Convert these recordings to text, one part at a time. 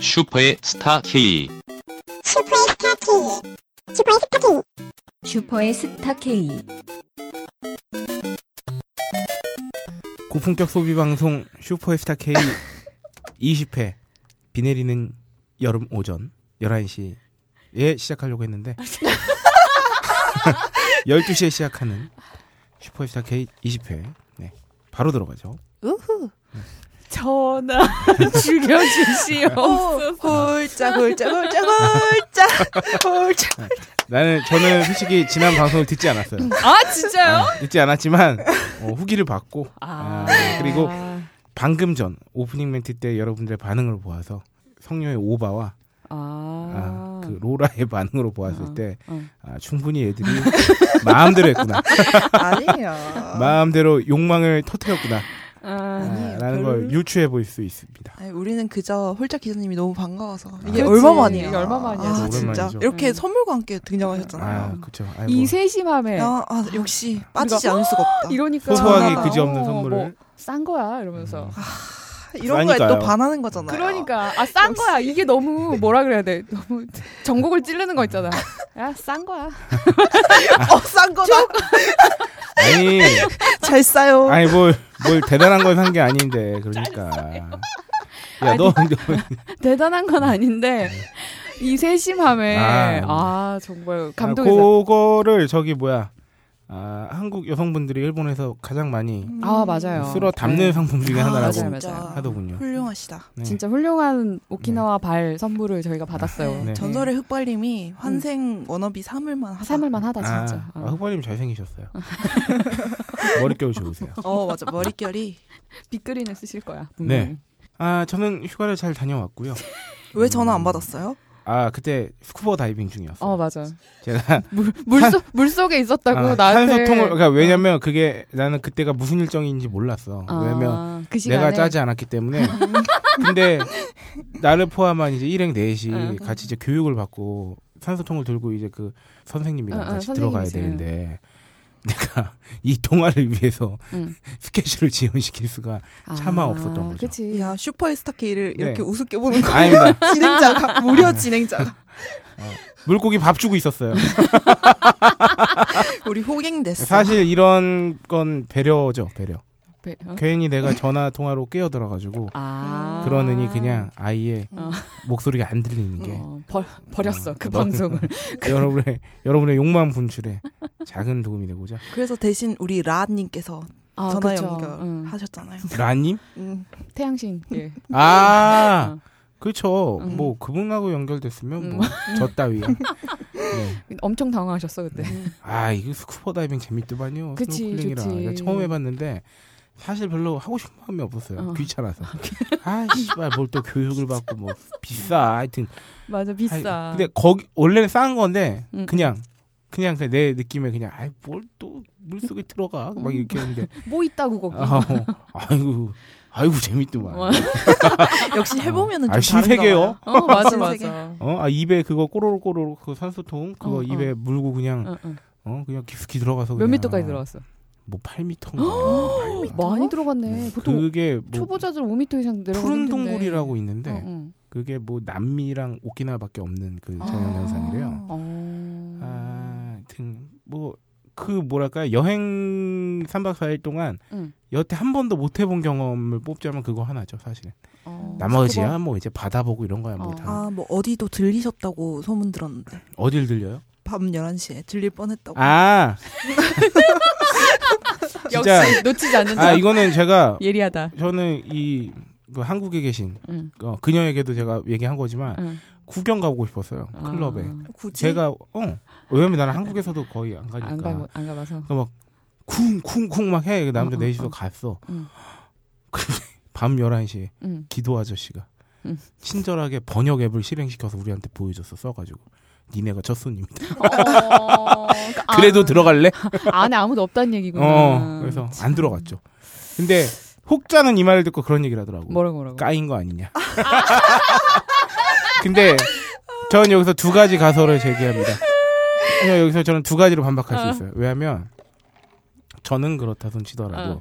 슈퍼의 스타 K. 슈퍼의 스타 K. 슈퍼의 스타 K. 슈퍼의 스타 K. 고품격 소비 방송 슈퍼스타 K 20회 비 내리는 여름 오전 11시에 시작하려고 했는데 12시에 시작하는 슈퍼스타 K 20회 네 바로 들어가죠. 우후. 전화 줄여주시오. 홀짝 홀짝 홀짝 홀짝 홀짝 나는 저는 솔직히 지난 방송을 듣지 않았어요. 아 진짜요? 아, 듣지 않았지만 어, 후기를 받고 아, 아. 그리고 방금 전 오프닝 멘트 때 여러분들의 반응을 보아서 성녀의 오바와 아, 아. 그 로라의 반응으로 보았을 어, 때 어. 아, 충분히 애들이 마음대로 했구나. 아니에요. 마음대로 욕망을 터뜨렸구나. 아. 아니에요, 라는 걸 별로. 유추해 볼 수 있습니다. 아니, 우리는 그저 홀짝 기자님이 너무 반가워서 이게 그렇지. 얼마만이야? 이게 얼마만이야, 아, 진짜. 진짜 오랜만이죠. 이렇게 네. 선물과 함께 아, 등장하셨잖아요. 그렇죠. 아이고. 이 세심함에 아, 아, 역시 빠지지 않을 수가 없다. 이러니까 소소하게 아, 그지없는 어, 선물을 음. 뭐, 싼 거야 이러면서 이런 거에 또 그러니까요. 반하는 거잖아요. 그러니까 아 싼 거야 이게 너무 뭐라 그래야 돼 너무 전곡을 찌르는 거 있잖아 야 싼 거야 어, 싼 거다. 아니, 잘 싸요. 아니 뭘, 뭘 대단한 걸 산 게 아닌데 그러니까. 야, 너, 너 대단한 건 아닌데 이 세심함에 네. 아. 아, 정말 감동이다 그거를 저기 뭐야? 아, 한국 여성분들이 일본에서 가장 많이 음. 아 맞아요 쓸어 담는 상품 중에 아, 하나라고 맞아요, 맞아요. 하더군요. 훌륭하시다. 네. 진짜 훌륭한 오키나와 발 선물을 저희가 받았어요 네. 전설의 흑발님이 환생 워너비 삼을만 하다. 삼을만 하다 네. 진짜 아, 아. 아, 흑발님 잘생기셨어요. 머릿결 좋으세요. 어 맞아 머릿결이 빅그린을 쓰실 거야 네. 아, 저는 휴가를 잘 다녀왔고요. 왜 전화 안 받았어요? 아, 그때 스쿠버 다이빙 중이었어요. 어 맞아 제가 물속 물속에 있었다고 아, 나한테 어. 산소통을 그러니까 왜냐면 그게 나는 그때가 무슨 일정인지 몰랐어. 아, 왜냐면 그 시간에 내가 짜지 않았기 때문에. 근데 나를 포함한 이제 일행 넷이 응. 같이 이제 교육을 받고 산소통을 들고 이제 그 선생님이랑 응, 응, 같이 선생님이세요. 들어가야 되는데 내가 이 동아를 위해서 응. 스케줄을 지연시킬 수가 차마 없었던 거죠. 아, 그치. 야 슈퍼스타 K를 이렇게 네. 우습게 보는 거 아닙니다. 진행자가 무려 진행자가 물고기 밥 주고 있었어요. 우리 호갱 됐어. 사실 이런 건 배려죠, 배려. 배- 어? 괜히 내가 전화 통화로 깨어 들어가지고 아. 그러느니 그냥 아이의 어. 목소리가 안 들리는 게 음, 어, 벌, 버렸어 그 너무- 방송을. 여러분의 여러분의 욕망 분출에 작은 도움이 되고자 그래서 대신 우리 라님께서 아, 전화 그쵸. 응. 연결하셨잖아요. 라님 음. 태양신. 예. 아 어. 그렇죠 음. 뭐 그분하고 연결됐으면 음. 뭐저 따위야 네. 엄청 당황하셨어 그때. 음. 아 이거 스쿠버 다이빙 재밌더만요 그치, 스노클링이라 좋지. 내가 처음 해봤는데 사실 별로 하고 싶은 마음이 없었어요 어. 귀찮아서 아 씨발 뭘 또 교육을 받고 뭐 비싸 하여튼 맞아 비싸. 아니, 근데 거기 원래는 싼 건데 음. 그냥 그냥 그냥 내 느낌에 그냥 아이 뭘 또 물속에 들어가 막 이렇게 했는데 뭐 있다고 거기. 아, 어, 아이고 아이고 재밌더만. 어. 역시 해보면은 아, 좀 신세계요? 다른가 봐요. 어 맞아 신세계. 맞아. 어, 아 입에 그거 꼬로록 꼬로록 그 산소통 그거 어, 입에 물고 그냥 어, 어. 어 그냥 깊숙이 들어가서 몇 그냥 미터까지 들어갔어? 뭐 8미터인가. 음, 많이 들어갔네. 보통 그게 뭐 초보자들 5미터 이상 내려가는 푸른 동굴이라고 있는데 응. 그게 뭐 남미랑 오키나와밖에 없는 그 아. 자연현상이래요. 어. 아, 하여튼 뭐 그 뭐랄까요 여행 3박 4일 동안 응. 여태 한 번도 못 해본 경험을 뽑자면 그거 하나죠 사실은. 어. 나머지야 뭐 이제 바다 보고 이런 거야 뭐 어. 다. 아, 뭐 어디도 들리셨다고 소문 들었는데. 어딜 들려요? 밤 11시에 들릴 어. 뻔했다고. 아 진짜 역시 놓치지 않는다. 아 이거는 제가 예리하다. 저는 이그 한국에 계신 응. 어, 그녀에게도 제가 얘기한 거지만 응. 구경 가보고 싶었어요 음. 아. 아, 클럽에 굳이 제가 어 왜냐면 나는 한국에서도 거의 안 아, 안 가니까 가고 안 가봐서. 쿵쿵쿵 막해 남자 어, 어, 넷이서 어. 갔어 응. 근데 밤 11시에 응. 기도 아저씨가 응. 친절하게 번역 앱을 실행시켜서 우리한테 보여줬어 써가지고 니네가 첫 손님이다 어, 아, 음. 그래도 들어갈래? 안에 아무도 없다는 얘기구나. 어 그래서 안 들어갔죠 근데 혹자는 이 말을 듣고 그런 얘기를 하더라고 뭐라고 뭐라고. 까인 거 아니냐. 근데 저는 여기서 두 가지 가설을 제기합니다. 그냥 여기서 저는 두 가지로 반박할 어. 수 있어요. 왜냐하면 저는 그렇다 손치더라도 어.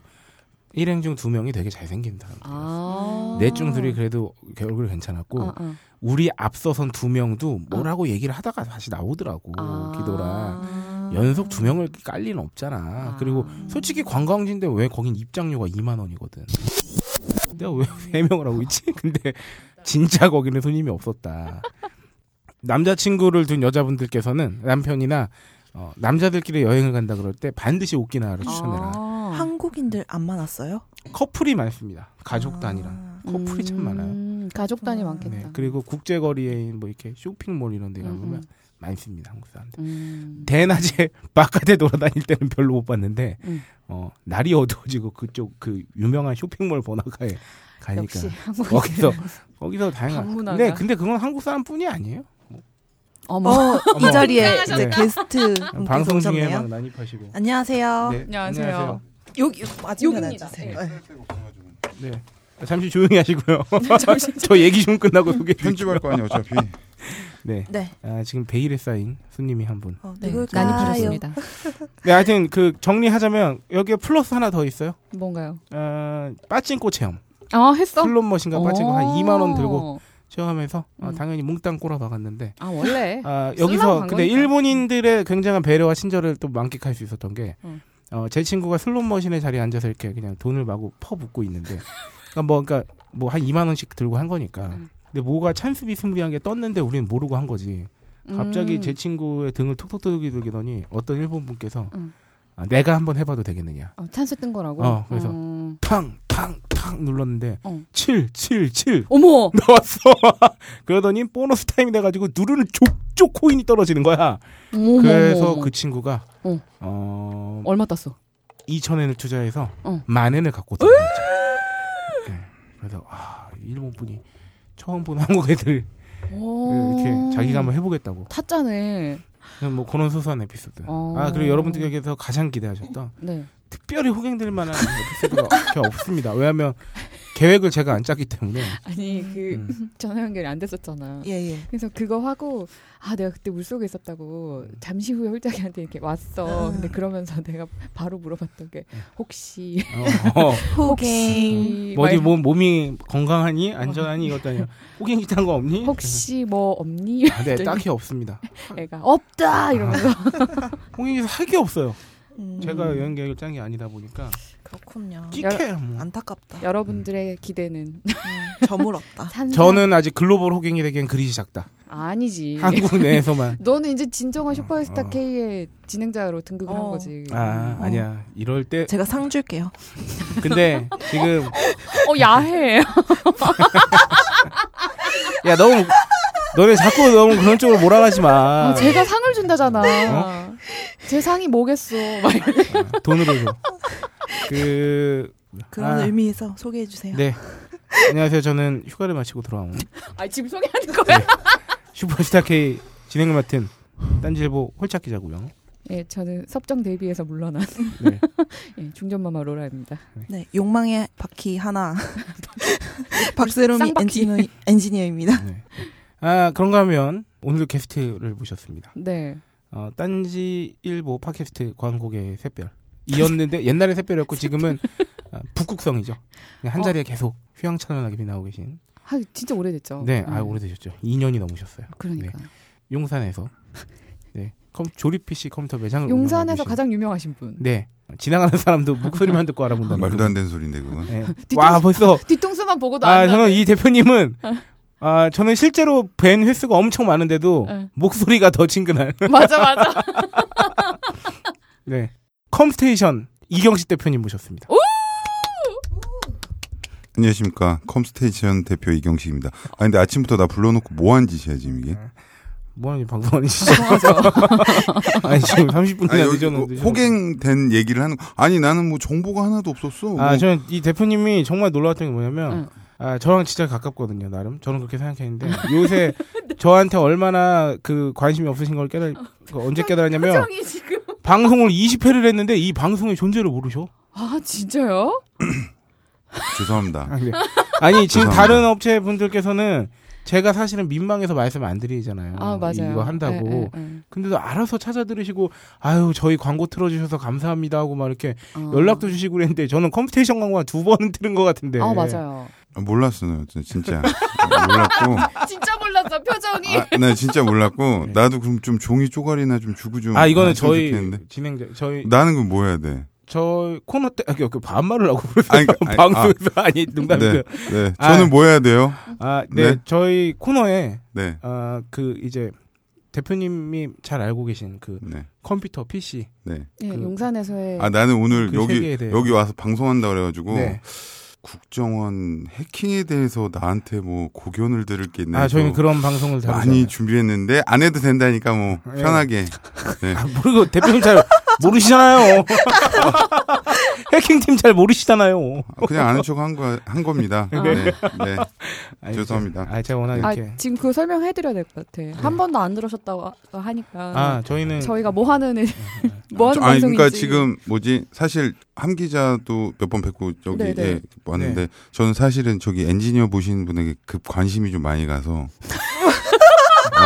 일행 중 두 명이 되게 잘생긴 사람. 아. 내중들이 그래도 얼굴이 괜찮았고 어, 어. 우리 앞서선 두 명도 뭐라고 얘기를 하다가 다시 나오더라고 아. 뭐 기도라 연속 두 명을 깔 리는 없잖아 아. 그리고 솔직히 관광지인데 왜 거긴 입장료가 2만 원이거든 내가 왜 세 명을 하고 있지 근데 진짜 거기는 손님이 없었다 남자친구를 둔 여자분들께서는 남편이나 어, 남자들끼리 여행을 간다 그럴 때 반드시 오키나와를 추천해라 아. 한국인들 안 많았어요? 커플이 많습니다 가족도 아니라 아. 커플이 참 음, 많아요 가족 단위 음. 많겠다. 네, 그리고 국제거리에 뭐 이렇게 쇼핑몰 이런 데 음, 가보면 음. 많습니다 한국 사람들. 음. 대낮에 바깥에 돌아다닐 때는 별로 못 봤는데 음. 어, 날이 어두워지고 그쪽 그 유명한 쇼핑몰 번화가에 가니까 역시 한국 거기서 거기서 다양한. 방문하다. 네, 근데 그건 한국 사람뿐이 아니에요. 어머. 어, 어머. 이 자리에 네. 이제 게스트 아, 방송 중에 오셨네요. 막 난입하시고. 안녕하세요. 네, 어, 안녕하세요. 여기 맞은편 여기입니다. 앉으세요. 네. 잠시 조용히 하시고요. 저 얘기 좀 끝나고 소개. 좀- 편집할 거 아니야 어차피 네. 네. 아, 지금 베일에 쌓인 손님이 한 분. 어, 네, 누굴까요? 난입하셨습니다. 네, 하여튼 그 정리하자면 여기에 플러스 하나 더 있어요. 뭔가요? 어, 빠진코 체험. 아 했어? 슬롯머신과 빠진코 한 어. 2만 원 들고 체험하면서 어, 음. 당연히 몽땅 꼬라박았는데 아 원래 아, 쓸라고 여기서 간 근데 거니까. 일본인들의 굉장한 배려와 친절을 또 만끽할 수 있었던 게 음. 어, 제 친구가 슬롯머신의 자리에 앉아서 이렇게 그냥 돈을 마구 퍼붓고 있는데 그러니까 뭐 그러니까 뭐 한 2만 원씩 들고 한 거니까 음. 근데 뭐가 찬스비스무리한 게 떴는데 우리는 모르고 한 거지 아, 갑자기 음. 제 친구의 등을 톡톡 두들기더니 어떤 일본 분께서 음. 아, 내가 한번 해봐도 되겠느냐 어, 찬스 뜬 거라고. 어, 그래서. 음. 탕 탕 탕 눌렀는데 어. 7 7 7 어머 나왔어. 그러더니 보너스 타임이 돼가지고 누르는 족족 코인이 떨어지는 거야. 어머, 어머, 그래서 어머. 그 친구가 어. 어, 얼마 땄어? 2천 엔을 투자해서 어. 만 엔을 갖고 들어왔죠 그래서 아 일본 분이 처음 본 한국 애들 그 이렇게 자기가 한번 해보겠다고. 탔자네. 그냥 뭐 그런 소소한 에피소드. 어. 아 그리고 여러분들께서 가장 기대하셨던 네. 특별히 호갱될 만한 에피소드가 그렇게 없습니다. 왜냐하면 계획을 제가 안 짰기 때문에. 아니 그 음. 전화 연결이 안 됐었잖아. 예, 예. 그래서 그거 하고 아 내가 그때 물 속에 있었다고 음. 잠시 후에 홀짝이한테 이렇게 왔어. 근데 그러면서 내가 바로 물어봤던 게 음. 혹시 어, 어. 호갱. 뭐 어디 말- 몸 몸이 건강하니 안전하니 이것도 아니야. 호갱이 탄거 없니? 어. 혹시 뭐 없니? 아, 네, 딱히 어? 없습니다. 애가 어, 없다 이러면서 호갱이에서 할게 없어요. 음, 제가 여행 계획을 짠 게 아니다 보니까 그렇군요. 끼케 뭐. 안타깝다. 여러분들의 기대는 음, 저물었다. 산산 저는 아직 글로벌 호갱이 되기엔 그릇이 작다. 아니지. 한국 내에서만. 너는 이제 진정한 슈퍼스타 어. K의 진행자로 등극을 한 어. 거지. 아 어. 아니야 이럴 때 제가 상 줄게요. 근데 지금 어 야해. 야 너무 너네 자꾸 너무 그런 쪽으로 몰아가지 어? 마. 아, 제가 상을 준다잖아. 제 상이 뭐겠어. 막 이러- 아, 돈으로 줘. 그 그런 아. 의미에서 소개해 예. 주세요. 네. 안녕하세요. 저는 휴가를 마치고 돌아온 아 지금 소개하는 네. 거야. 슈퍼스타 K 진행을 맡은 딴지일보 홀짝 기자고요. 예, 저는 섭정 데뷔에서 물러난 네. 예, 중전마마 로라입니다. 네, 욕망의 바퀴 하나. 박세롬이 쌍바퀴. 엔지니어, 엔지니어입니다. 네. 아 그런가 하면 오늘 게스트를 모셨습니다. 네. 어, 딴지 일보 팟캐스트 광고계 샛별 이었는데 옛날에 샛별이었고 지금은 아, 북극성이죠. 그냥 한 어. 자리에 계속 휘황찬란하게 빛나고 계신. 아 진짜 오래됐죠. 음, 네, 아 오래되셨죠. 네. 2년이 넘으셨어요. 그러니까 용산에서 네, 컴, 조립 PC 컴퓨터 매장을 용산에서 운영하고 음, 계신- 가장 유명하신 분. 네 지나가는 사람도 목소리만 듣고 알아본다. 말도 안 되는 소리인데 그건 네. 뒤통수- 와 벌써 뒤통수만 보고도 아, 안 저는 나네. 어. 이 대표님은 아, 저는 실제로 뵌 횟수가 엄청 많은데도 네. 목소리가 더 친근한. 맞아 맞아. 네. 컴스테이션 이경식 대표님 모셨습니다. 안녕하십니까 컴스테이션 대표 이경식입니다 아 근데 아침부터 나 불러놓고 뭐 한 짓이야 지금 이게 뭐하는 방송하는 진짜. 아니 지금 30분이나 아니 여기 뭐 늦었는데. 호갱된 얘기를 하는 거- 아니 나는 뭐 정보가 하나도 없었어 아, 뭐 저는 이 대표님이 정말 놀라웠던 게 뭐냐면 응. 아, 저랑 진짜 가깝거든요, 나름. 저는 그렇게 생각했는데 요새 저한테 얼마나 그 관심이 없으신 걸 깨달 그 언제 깨달았냐면 표정이 지금. 방송을 20회를 했는데 이 방송의 존재를 모르셔. 아 진짜요? 죄송합니다 아, 니 지금 죄송합니다. 다른 업체 분들께서는 제가 사실은 민망해서 말씀 안 드리잖아요. 아 맞아요. 이거 한다고. 예, 예, 예. 근데도 알아서 찾아 들으시고 아유 저희 광고 틀어주셔서 감사합니다 하고 막 이렇게 어. 연락도 네. 주시고 그랬는데 저는 컴퓨테이션 광고가 두 번은 틀은 것 같은데. 아 맞아요. 아, 몰랐어요, 저 진짜 몰랐고. 진짜 몰랐어 표정이. 아, 네, 진짜 몰랐고 네. 나도 그럼 좀 종이 쪼가리나 좀 주고 좀. 아 이거는 했으면 저희 좋겠는데. 진행자 저희 나는 그럼 뭐 해야 돼? 저 코너 때 아, 그, 그 반말을 하고 그러세요. 아니, 그, 아니, 방송에서 아, 니 농담이고요. 네, 네. 아. 저는 뭐 해야 돼요? 아, 네. 네. 저희 코너에 네, 아, 그 이제 대표님이 잘 알고 계신 그 네, 컴퓨터 PC 네. 예, 그- 용산에서의 아 나는 오늘 그 여기 세계에 대해서. 여기 와서 방송한다 그래가지고 네. 국정원 해킹에 대해서 나한테 뭐 고견을 들을 게 있나 아, 해서 저희는 그런 방송을 네, 많이 다루잖아요. 준비했는데 안 해도 된다니까 뭐 예. 편하게. 아, 모르고 대표님 잘 모르시잖아요. 해킹팀 잘 모르시잖아요. 아, 그냥 아는 척 한 거 한 겁니다. 아. 네, 네. 아니, 죄송합니다. 아, 제가 워낙 아, 이렇게 네. 아, 지금 그거 설명해드려야 될 것 같아. 한 번도 안 들으셨다고 하- 하니까 아, 저희는 저희가 뭐 하는 네, 애- 뭐 하는 저- 아니 그러니까 방송인지. 지금 뭐지 사실 함 기자도 몇 번 뵙고 저기 네네. 예, 왔는데 저는 사실은 저기 엔지니어 보시는 분에게 급 관심이 좀 많이 가서 어.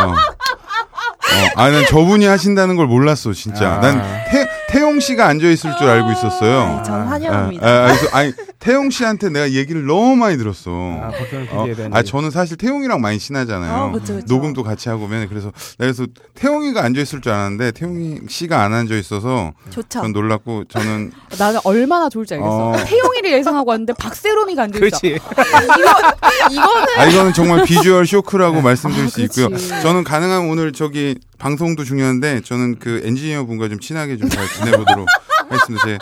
어, 아니 난 저분이 하신다는 걸 몰랐어 진짜 아. 난 태, 태용 씨가 앉아 있을 줄 알고 있었어요. 네, 전 아, 아, 환영합니다. 아, 그래서 아니 태용 씨한테 내가 얘기를 너무 많이 들었어. 아, 어, 걱정을 아, 기대해야 되는 저는 사실 태용이랑 많이 친하잖아요. 어, 아, 그쵸, 그쵸. 녹음도 같이 하고 면 그래서 나 그래서 태용이가 앉아 있을 줄 알았는데 태용이 씨가 안 앉아 있어서 좋죠. 전 놀랐고 저는 나는 얼마나 좋을지 알겠어. 어. 태용이를 예상하고 왔는데 박세롬이가 안 되죠. 그렇지. 이거는 아 이거는 정말 비주얼 쇼크라고 말씀드릴 아, 수 있고요. 그렇지. 저는 가능한 오늘 저기 방송도 중요한데 저는 그 엔지니어 분과 좀 친하게 좀 잘 지내보도록 하겠습니다. 제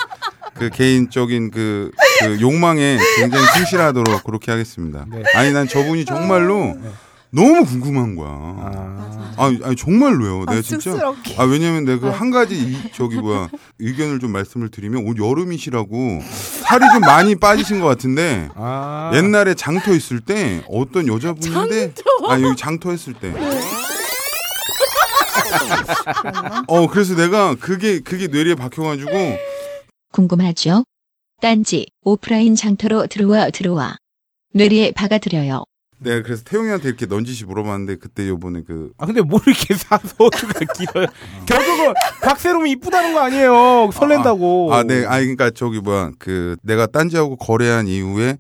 그 개인적인 그, 그 욕망에 굉장히 충실하도록 그렇게 하겠습니다. 네. 아니 난 저분이 정말로 너무 궁금한 거야. 아, 아니, 아니 정말로요. 아, 내가 진짜 쑥스럽게. 아 왜냐면 내가 아. 그 한 가지 이- 저기 뭐야 의견을 좀 말씀을 드리면 올 여름이시라고 살이 좀 많이 빠지신 것 같은데 아. 옛날에 장터 있을 때 어떤 여자분인데 아 여기 장터 했을 때. 네. 어 그래서 내가 그게 그게 뇌리에 박혀가지고 궁금하죠? 딴지 오프라인 장터로 들어와 들어와 뇌리에 박아드려요. 내가 그래서 태용이한테 이렇게 넌지시 물어봤는데 그때 요번에 그 아 근데 뭘 이렇게 사소가 길어요. 결국은 박세롬이 이쁘다는 거 아니에요. 설렌다고. 아, 네. 아, 그러니까 저기 뭐야. 그 내가 딴지하고 거래한 이후에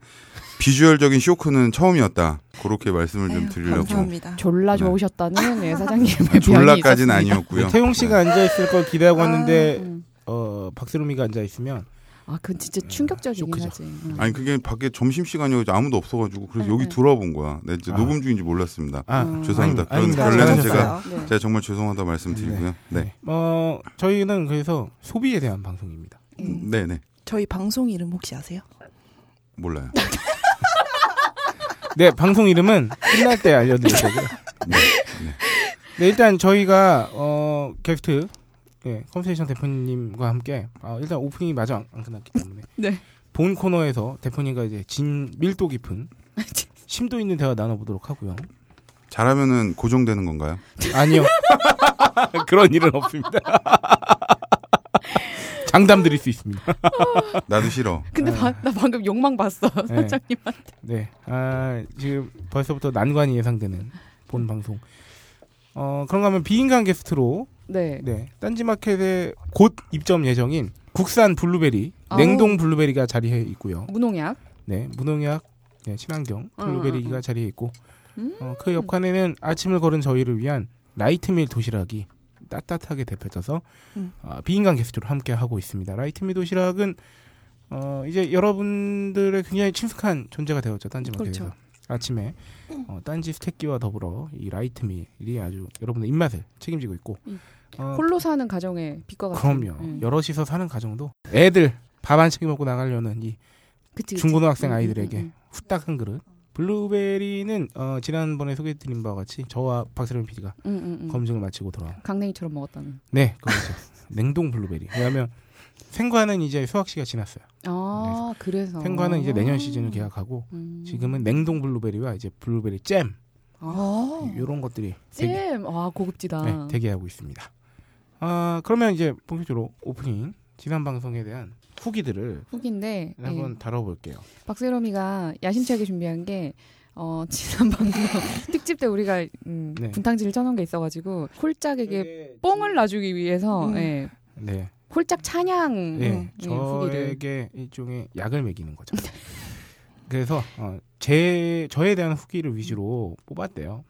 비주얼적인 쇼크는 처음이었다. 그렇게 말씀을 좀 에휴, 드리려고. 네, 감사합니다. 졸라 네. 좋으셨다는 예, 사장님의 아, 아, 졸라까지는 아니었고요. 네, 네. 태용 씨가 앉아 있을 걸 기대하고 아, 왔는데 어 박세롬이가 앉아 있으면 아, 그건 진짜 충격적이긴 쇼크죠. 하지. 음. 응. 아니 그게 밖에 점심 시간이어서 아무도 없어가지고 그래서 네, 네. 여기 들어본 거야. 네, 이제 아. 녹음 중인지 몰랐습니다. 아 음. 죄송합니다. 아니, 아닙니다. 그런 결례는 제가 잘하셨어요. 네. 제가 정말 죄송하다 말씀드리고요. 네, 어 저희는 그래서 소비에 대한 방송입니다. 음, 네, 네 저희 방송 이름 혹시 아세요? 몰라요. 네 방송 이름은 끝날 때 알려드릴 거고요. 네. 네 일단 저희가 어 게스트 예, 컴스테이션 대표님과 함께 아, 일단 오프닝이 마저 안, 안 끝났기 때문에 네. 본 코너에서 대표님과 이제 진 밀도 깊은 심도 있는 대화 나눠보도록 하고요. 잘하면은 고정되는 건가요? 아니요. 그런 일은 없습니다. 장담 드릴 수 있습니다. 나도 싫어. 근데 네. 바- 나 방금 욕망 봤어. 네. 사장님한테. 네. 아, 지금 벌써부터 난관이 예상되는 본 방송. 어, 그런가 하면 비인간 게스트로 네. 네. 딴지마켓에 곧 입점 예정인 국산 블루베리, 아우. 냉동 블루베리가 자리해 있고요. 무농약. 네. 무농약 네, 친환경 음, 음, 블루베리가 음. 자리해 있고 음. 어, 그 옆칸에는 아침을 걸은 저희를 위한 라이트밀 도시락이 따뜻하게 데펴져서 음. 아, 비인간 게스트로 함께 하고 있습니다. 라이트밀 도시락은 어, 이제 여러분들의 굉장히 친숙한 존재가 되었죠. 딴지마켓에서 그렇죠. 아침에 어, 딴지 스테끼와 더불어 이 라이트밀이 아주 여러분의 입맛을 책임지고 있고 음. 어, 홀로 사는 가정의 빛과 같은. 그럼요. 예. 여럿이서 사는 가정도 애들 밥 한 끼 먹고 나가려는 이 그치, 그치. 중고등학생 음, 음, 아이들에게 음, 음. 후딱 한 그릇. 블루베리는 어, 지난번에 소개해드린 바와 같이 저와 박세림 PD가 음, 음, 음. 검증을 마치고 돌아온. 강냉이처럼 먹었다는. 네, 그거죠. 냉동 블루베리. 왜냐하면 생과는 이제 수확 시가 지났어요. 아, 그래서. 네. 생과는 이제 내년 시즌을 계약하고 음. 지금은 냉동 블루베리와 이제 블루베리 잼 아, 이런 것들이 대기, 찜. 와, 고급지다. 네, 대기하고 있습니다. 아 그러면 이제 본격적으로 오프닝 지난 방송에 대한 후기들을 후기인데 예. 한번 다뤄볼게요. 박세롬이가 야심차게 준비한 게 어, 지난 방송 특집 때 우리가 음, 네. 분탕지를 쳐놓은 게 있어가지고 홀짝에게 뽕을 놔주기 위해서 음. 예, 네. 홀짝 찬양 예, 음, 예, 후기를 저에게 일종의 약을 먹이는 거죠. 그래서 어, 제 저에 대한 후기를 위주로 뽑았대요.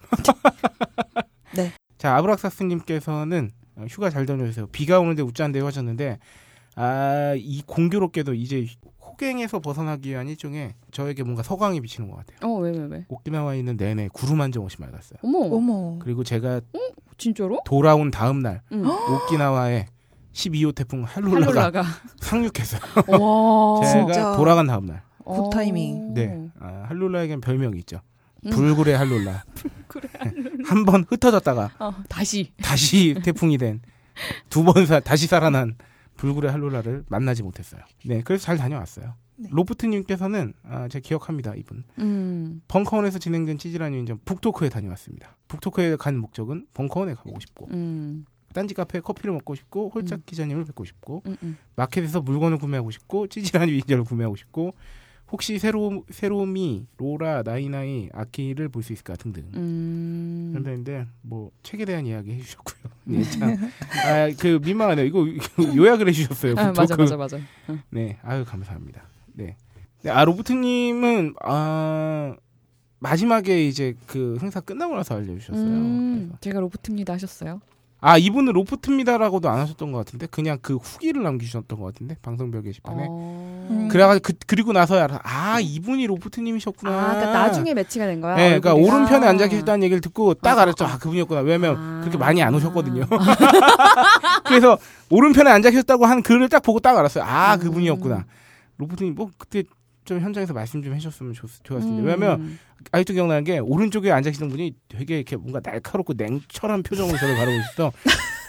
네. 자 아브락사스님께서는 어, 휴가 잘 다녀주세요. 비가 오는데 웃지 않대요 하셨는데 아이 공교롭게도 이제 호갱에서 벗어나기 위한 일종의 저에게 뭔가 서광이 비치는 것 같아요. 어 왜 왜 왜? 오키나와에 있는 내내 구름 한점 옷이 맑았어요. 어머 어머. 그리고 제가 진짜로? 돌아온 다음 날 응. 오키나와에 12호 태풍 할룰라가 할로라가 상륙했어요. 와 제가 진짜. 돌아간 다음 날. 어. 굿 타이밍. 네. 아, 할룰라에겐 별명이 있죠. 음. 불굴의 할룰라. 불굴의 한 번 흩어졌다가 어, 다시 다시 태풍이 된 두 번 다시 살아난 불굴의 할룰라를 만나지 못했어요. 네, 그래서 잘 다녀왔어요. 네. 로프트님께서는 아, 제가 기억합니다 이분 음. 벙커원에서 진행된 찌질한 인전 북토크에 다녀왔습니다. 북토크에 간 목적은 벙커원에 가보고 싶고 음. 딴지 카페에 커피를 먹고 싶고 홀짝 기자님을 뵙고 싶고 음, 음. 마켓에서 물건을 구매하고 싶고 찌질한 위인전을 구매하고 싶고 혹시 새로 새로미 로라 나이나이 아키를 볼 수 있을까 등등 음. 현대인데 뭐 책에 대한 이야기 해주셨고요. 네, 참아그 민망하네요. 이거 요약을 해주셨어요. 아, 북토크. 맞아 맞아 맞아. 네, 아유 감사합니다. 네, 네, 아 로버트님은 아 마지막에 이제 그 행사 끝나고 나서 알려주셨어요. 음, 그래서 제가 로프트입니다 하셨어요. 아 이분은 로프트입니다라고도 안 하셨던 것 같은데 그냥 그 후기를 남기셨던 것 같은데 방송별 게시판에 어. 음. 그래가 그, 그리고 나서야 알아. 아 이분이 로프트님이셨구나. 아, 그러니까 나중에 매치가 된 거야. 네, 그러니까 얼굴이랑. 오른편에 앉아 계셨다는 얘기를 듣고 딱 아, 알았죠. 아 그분이었구나. 왜냐면 아. 음. 그렇게 많이 안 오셨거든요. 그래서 오른편에 앉아 계셨다고 한 글을 딱 보고 딱 알았어요. 아 음. 그분이었구나. 로프트님 뭐 그때 좀 현장에서 말씀 좀 해주셨으면 좋, 좋았을 텐데. 음. 왜냐면 아직도 기억나는 게 오른쪽에 앉아 계시는 분이 되게 이렇게 뭔가 날카롭고 냉철한 표정으로 저를 바라보고 있어서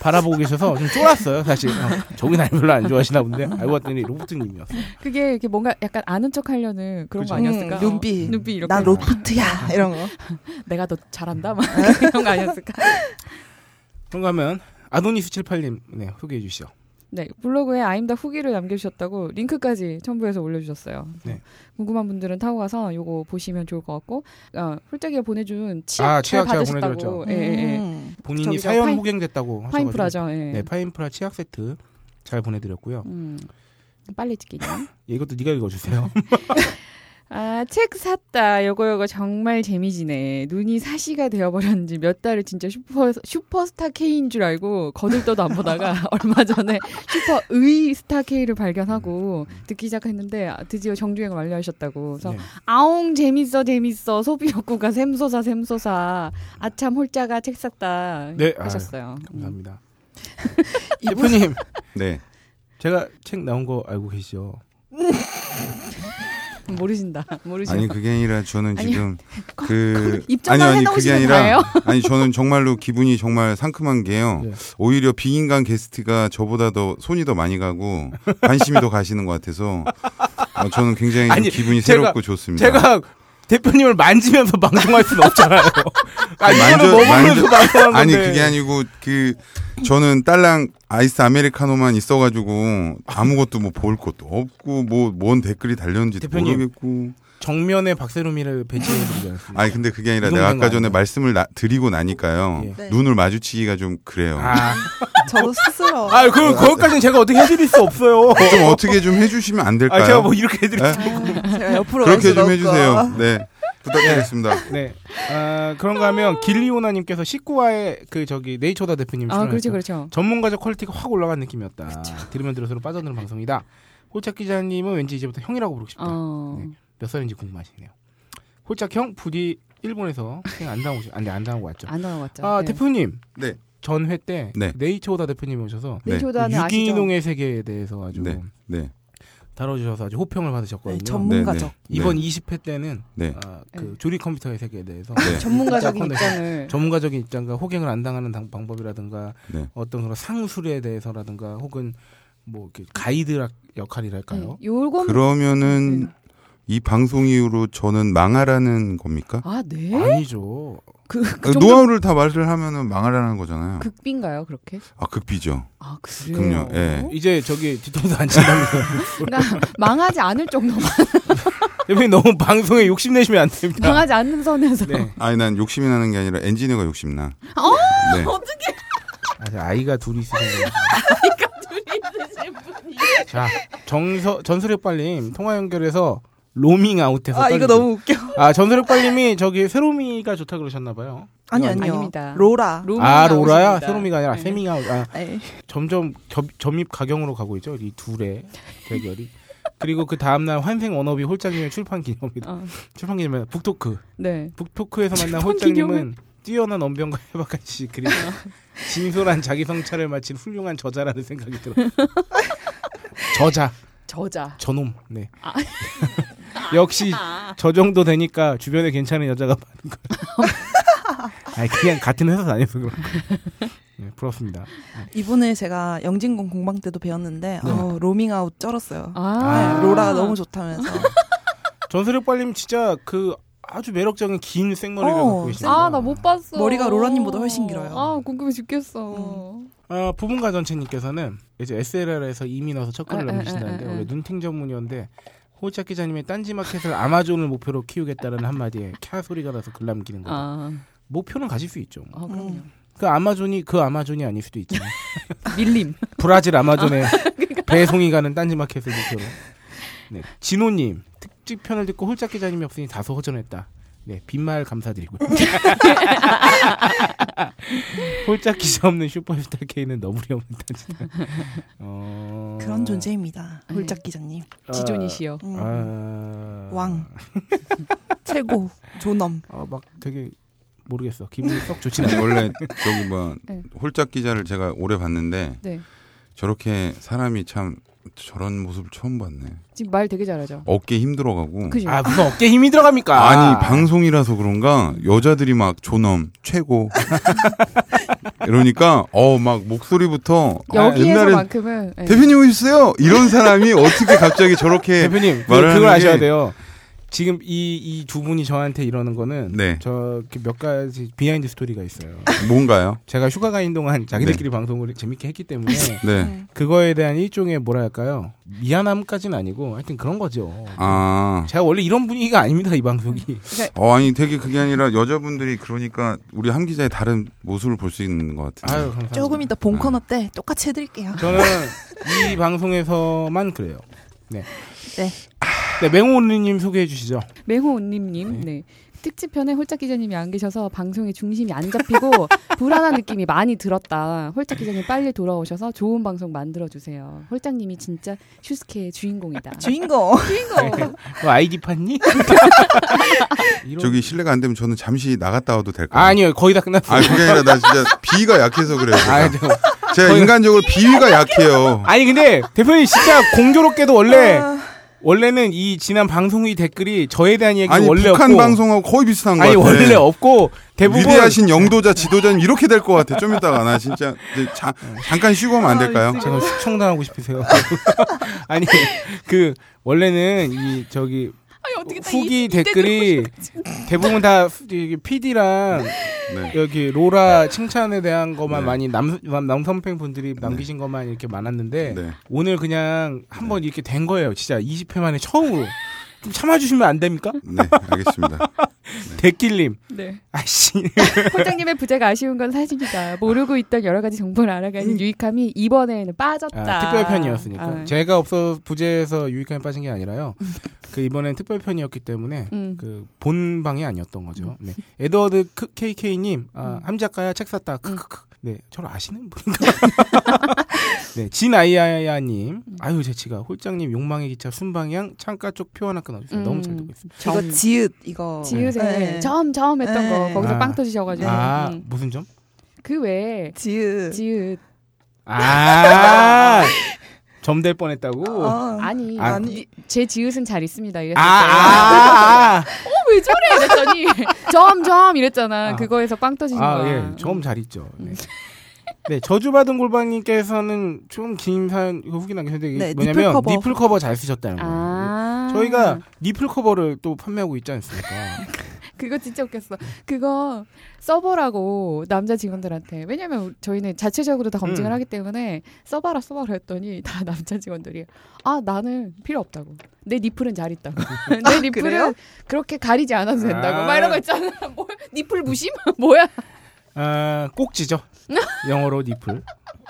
바라보고 계셔서 좀 쫄았어요 사실. 어, 저기 날 별로 안 좋아하시나 본데 알고 봤더니 로프트님이었어요. 그게 이렇게 뭔가 약간 아는 척 하려는 그런 그죠. 거 아니었을까? 어, 음, 눈빛. 눈빛 이렇게. 나 로프트야 이런 거. 내가 너 잘한다 막 네. 이런 거 아니었을까? 그런가 하면 아도니스 78님 네, 소개해 주시죠. 네 블로그에 아임다 후기를 남겨주셨다고 링크까지 첨부해서 올려주셨어요. 네. 궁금한 분들은 타고 가서 요거 보시면 좋을 것 같고 어, 홀짝이가 보내준 아, 치약 잘 치약 제가 받으셨다고. 보내드렸죠. 예, 예, 예. 음. 본인이 저기죠, 사연 파인- 호갱됐다고 하셔가지고 파인프라죠. 예. 네, 파인프라 치약 세트 잘 보내드렸고요. 음, 빨리 듣기. 예, 이것도 네가 읽어주세요. 아, 책 샀다. 요거 요거 정말 재미지네. 눈이 사시가 되어버렸는지 몇 달을 진짜 슈퍼, 슈퍼스타 K인 줄 알고 거들떠도 안 보다가 얼마 전에 슈퍼의 스타 K를 발견하고 듣기 시작했는데 아, 드디어 정주행을 완료하셨다고. 그래서 네. 아옹 재밌어 재밌어 소비 욕구가 샘솟아 샘솟아 아참 홀짝아 책 샀다 네, 아유, 하셨어요. 음. 감사합니다. 대표님, 네. 제가 책 나온 거 알고 계시죠? 모르신다 모르시죠. 아니 그게 아니라 저는 아니요. 지금 그 입장만 해놓으시면 다예요. 아니 저는 정말로 기분이 정말 상큼한 게요. 네. 오히려 비인간 게스트가 저보다 더 손이 더 많이 가고 관심이 더 가시는 것 같아서 어, 저는 굉장히 좀 아니, 기분이 제가- 새롭고 좋습니다. 제가 대표님을 만지면서 방송할 수는 없잖아요. 아, 아니, 이거는 만져- 먹으면서 만져- 방송하는 건데. 아니 그게 아니고 그 저는 딸랑 아이스 아메리카노만 있어가지고 아무것도 뭐 볼 것도 없고 뭐 뭔 댓글이 달렸는지 도 대표님. 모르겠고. 정면에 박세롬이를 배치해드리지 않습니다. 아니 근데 그게 아니라 이 내가 정도는 아까 전에 아니에요. 말씀을 나- 드리고 나니까요 예. 네. 눈을 마주치기가 좀 그래요. 아, 저도 스스로. 아, 그럼 거기까지는 제가 어떻게 해드릴 수 없어요. 좀 어떻게 좀 해주시면 안 될까요? 아, 제가 뭐 이렇게 해드릴 네? 수 제가 옆으로 갈수 그렇게 좀 없고. 아, 해주세요. 네 부탁드리겠습니다. 네. 아, 그런가 하면 길리오나님께서 19화에 그 저기 네이처다 대표님 아 출연하셨죠. 그렇죠 그렇죠. 전문가적 퀄리티가 확 올라간 느낌이었다. 들으면 들을수록 빠져드는 방송이다. 호착 기자님은 왠지 이제부터 형이라고 부르고 싶다. 어. 네. 몇 살인지 궁금하시네요. 호착 형 부디 일본에서 그냥 안 당하고 아, 네, 안돼 안 당하고 왔죠. 안 나와갔죠. 아 네. 대표님. 네. 전회 때 네. 네이처오다 대표님 오셔서 네. 네이처다는 아시죠? 유기농의 세계에 대해서 아주 네. 네. 다뤄주셔서 아주 호평을 받으셨거든요. 네, 전문가적. 이번 네. 20회 때는 네. 아, 그 네. 조립 컴퓨터의 세계에 대해서 네. 전문가적인 네. 입장을 전문가적인 입장과 호갱을 안 당하는 당- 방법이라든가 네. 어떤 그런 상술에 대해서라든가 혹은 뭐 이렇게 가이드 역할이랄까요? 네, 요건 그러면은 이 방송 이후로 저는 망하라는 겁니까? 아, 네? 아니죠. 그, 그 아, 정도 노하우를 다 말을 하면은 망하라는 거잖아요. 극빈가요, 그렇게? 아 극비죠. 아, 그래요? 극녀, 예. 이제 저기 뒤통수 안 친다면서. 그러니까 망하지 않을 정도만, 대표님 너무 방송에 욕심 내시면 안 네. 됩니다. 망하지 않는 선에서. 네. 아니 난 욕심이 나는 게 아니라 엔지니어가 욕심 나. 네. 아, 아이가 둘이 있으신 분. 자, 정서 전설의 빨림 통화 연결해서 로밍 아웃해서 아 이거 떨리죠. 너무 웃겨. 아, 전설의 빨림이 저기 세로미가 좋다 그러셨나 봐요. 아니 아니요. 아닙니다. 로라. 아, 로미가 로라야? 오십니다. 세로미가 아니라 네. 세미가 아웃. 아, 네. 점점 겹, 점입 가경으로 가고 있죠. 이 둘의 대결이. 그리고 그 다음날 환생 워너비 홀장님의 출판 기념이다. 어, 출판 기념이 북토크. 네. 북토크에서 만난 출판 홀장님은 기념을- 뛰어난 언변과 해박한시 그리고 어. 진솔한 자기 성찰을 마친 훌륭한 저자라는 생각이 들어요. 저자, 저자. 저놈. 네. 아. 역시 아. 저 정도 되니까 주변에 괜찮은 여자가 많은 거예요. 아니 그냥 같은 회사 다녀서 그런 거예요. 네, 부럽습니다. 이분을 제가 영진공 공방 때도 배웠는데 네. 어, 로밍아웃 쩔었어요. 아. 네, 로라가 너무 좋다면서. 전설의 빨림 진짜 그 아주 매력적인 긴 어, 생머리를 갖고 계시네요. 아, 나 못 봤어. 머리가 로라님보다 훨씬 길어요. 음. 아, 궁금해 죽겠어. 아, 부분가 전체님께서는 이제 SLR에서 이미 나서 첫 글을 아, 아, 남기신다는데 아, 아, 아. 원래 눈팅 전문이었는데 호작 기자님의 딴지마켓을 아마존을 목표로 키우겠다는 한마디에 캬 소리가 나서 글 남기는 거예요. 아, 목표는 가질 수 있죠. 아 그럼요. 음. 그 아마존이 그 아마존이 아닐 수도 있지만 밀림. 브라질 아마존에 배송이 가는 딴지마켓을 목표로. 네, 진호님 특집편을 듣고 홀짝 기자님이 없으니 다소 허전했다. 네, 빈말 감사드리고요. 홀짝 기자 없는 슈퍼스타 K는 너무리 없는 딴지다. 어... 그런 존재입니다. 네. 홀짝 기자님. 아, 지존이시여. 음. 아... 왕. 최고. 존엄. 아, 막 되게 모르겠어. 기분이 썩 좋지 아니, 않아요. 원래 저기 뭐 네. 홀짝 기자를 제가 오래 봤는데 네. 저렇게 사람이 참 저런 모습 처음 봤네. 지금 말 되게 잘하죠. 어깨 힘들어가고. 그죠? 아 무슨 어깨 힘이 들어갑니까? 아니 방송이라서 그런가 여자들이 막 존엄 최고 이러니까 어 막 목소리부터 아, 옛날엔 여기에서만큼은 예. 대표님 오셨어요 이런 사람이 어떻게 갑자기 저렇게 대표님 그, 예, 말을 그걸 하는 아셔야 게- 돼요. 지금 이 이 두 분이 저한테 이러는 거는 네. 저몇 가지 비하인드 스토리가 있어요. 뭔가요? 제가 휴가 가인 동안 자기들끼리 방송을 재밌게 했기 때문에 네. 음. 그거에 대한 일종의 뭐랄까요 미안함까지는 아니고 하여튼 그런 거죠. 아, 제가 원래 이런 분위기가 아닙니다 이 방송이. 어 아니 되게 그게 아니라 여자분들이 그러니까 우리 함 기자의 다른 모습을 볼 수 있는 것 아유 같은데. 감사합니다. 네. 조금 이따 본 코너 때 똑같이 해드릴게요. 저는 이 방송에서만 그래요. 네. 네. 네 맹호님 소개해 주시죠. 맹호온님님, 네. 특집편에 홀짝 기자님이 안 계셔서 방송의 중심이 안 잡히고 불안한 느낌이 많이 들었다. 홀짝 기자님 빨리 돌아오셔서 좋은 방송 만들어 주세요. 홀짝님이 진짜 슈스케의 주인공이다. 네. 주인공. 주인공. 너뭐 아이디 팠니? 이런- 저기 실례가 안 되면 저는 잠시 나갔다 와도 될까요? 아, 아니요 거의 다 끝났어요. 아 그게 아니라 나 진짜 비위가 약해서 그래요. 아, 제가, 저- 제가 거의- 인간적으로 비위가 약해요. 아니 근데 대표님 진짜 공교롭게도 원래 원래는 이 지난 방송의 댓글이 저에 대한 얘기 아니 원래 북한 없고 방송하고 거의 비슷한 거 아니 같아. 네. 원래 없고 대부분 위대하신 영도자 지도자님 이렇게 될 것 같아. 좀 이따가 나 진짜 이제 자- 잠깐 쉬고 아, 오면 안 될까요? 제가 시청당하고 싶으세요. 아니 그 원래는 이 저기 후기 댓글이 대부분 다 PD랑 네. 여기 로라 칭찬에 대한 것만 네. 많이 남 남선팬 분들이 남기신 것만 이렇게 많았는데 네. 오늘 그냥 한번 이렇게 된 거예요. 진짜 20회 만에 처음으로 좀 참아주시면 안 됩니까? 네, 알겠습니다. 댓글님 네. 아씨 홀짝님의 부재가 아쉬운 건 사실이다. 모르고 있던 여러 가지 정보를 알아가는 유익함이 이번에는 빠졌다. 음. 아, 특별편이었으니까 아, 제가 없어 부재에서 유익함에 빠진 게 아니라요. 그 이번엔 특별편이었기 때문에 음. 그 본방이 아니었던 거죠. 네. 에드워드 크- KK님 아, 음. 함작가야 책 샀다. 크크크. 네, 저를 아시는 분인가? 네, 진아이아야님. 음. 아유, 제치가 홀장님 욕망의 기차 순방향 창가 쪽 표 하나 끊어주세요. 너무 음. 잘 듣고 있습니다. 점. 이거 지읒 이거. 지읒에 네. 처음 처음 했던 네. 거 거기서 어, 아. 빵 터지셔가지고 아, 음. 무슨 점? 그 외에 지읒. 지읒 아, 점 될 뻔했다고. 아, 어. 아니 아. 니- 제 지읒은 잘 있습니다 이랬을 아, 때 아, 아, 왜 저래 이랬더니 점점 이랬잖아 아. 그거에서 빵 터지는 아, 거야 예, 점 잘 있죠. 네. 음. 네, 저주받은 골반님께서는 좀 긴 사연 이거 후기 남기셨는데 이게 네, 뭐냐면 니플 커버. 니플 커버 잘 쓰셨다는 거예요. 아 아. 저희가 니플 커버를 또 판매하고 있지 않습니까? 그거 진짜 웃겼어. 그거 써보라고 남자 직원들한테. 왜냐면 우리- 저희는 자체적으로 다 검증을 음. 하기 때문에 써봐라 써봐라 했더니 다 남자 직원들이 아 나는 필요 없다고. 내 니플은 잘 있다고. 내 그래요? 니플은 그렇게 가리지 않아도 된다고. 아. 막 이런 거 있잖아. 뭐, 니플 무심? 뭐야? 아, 꼭지죠. 영어로 니플.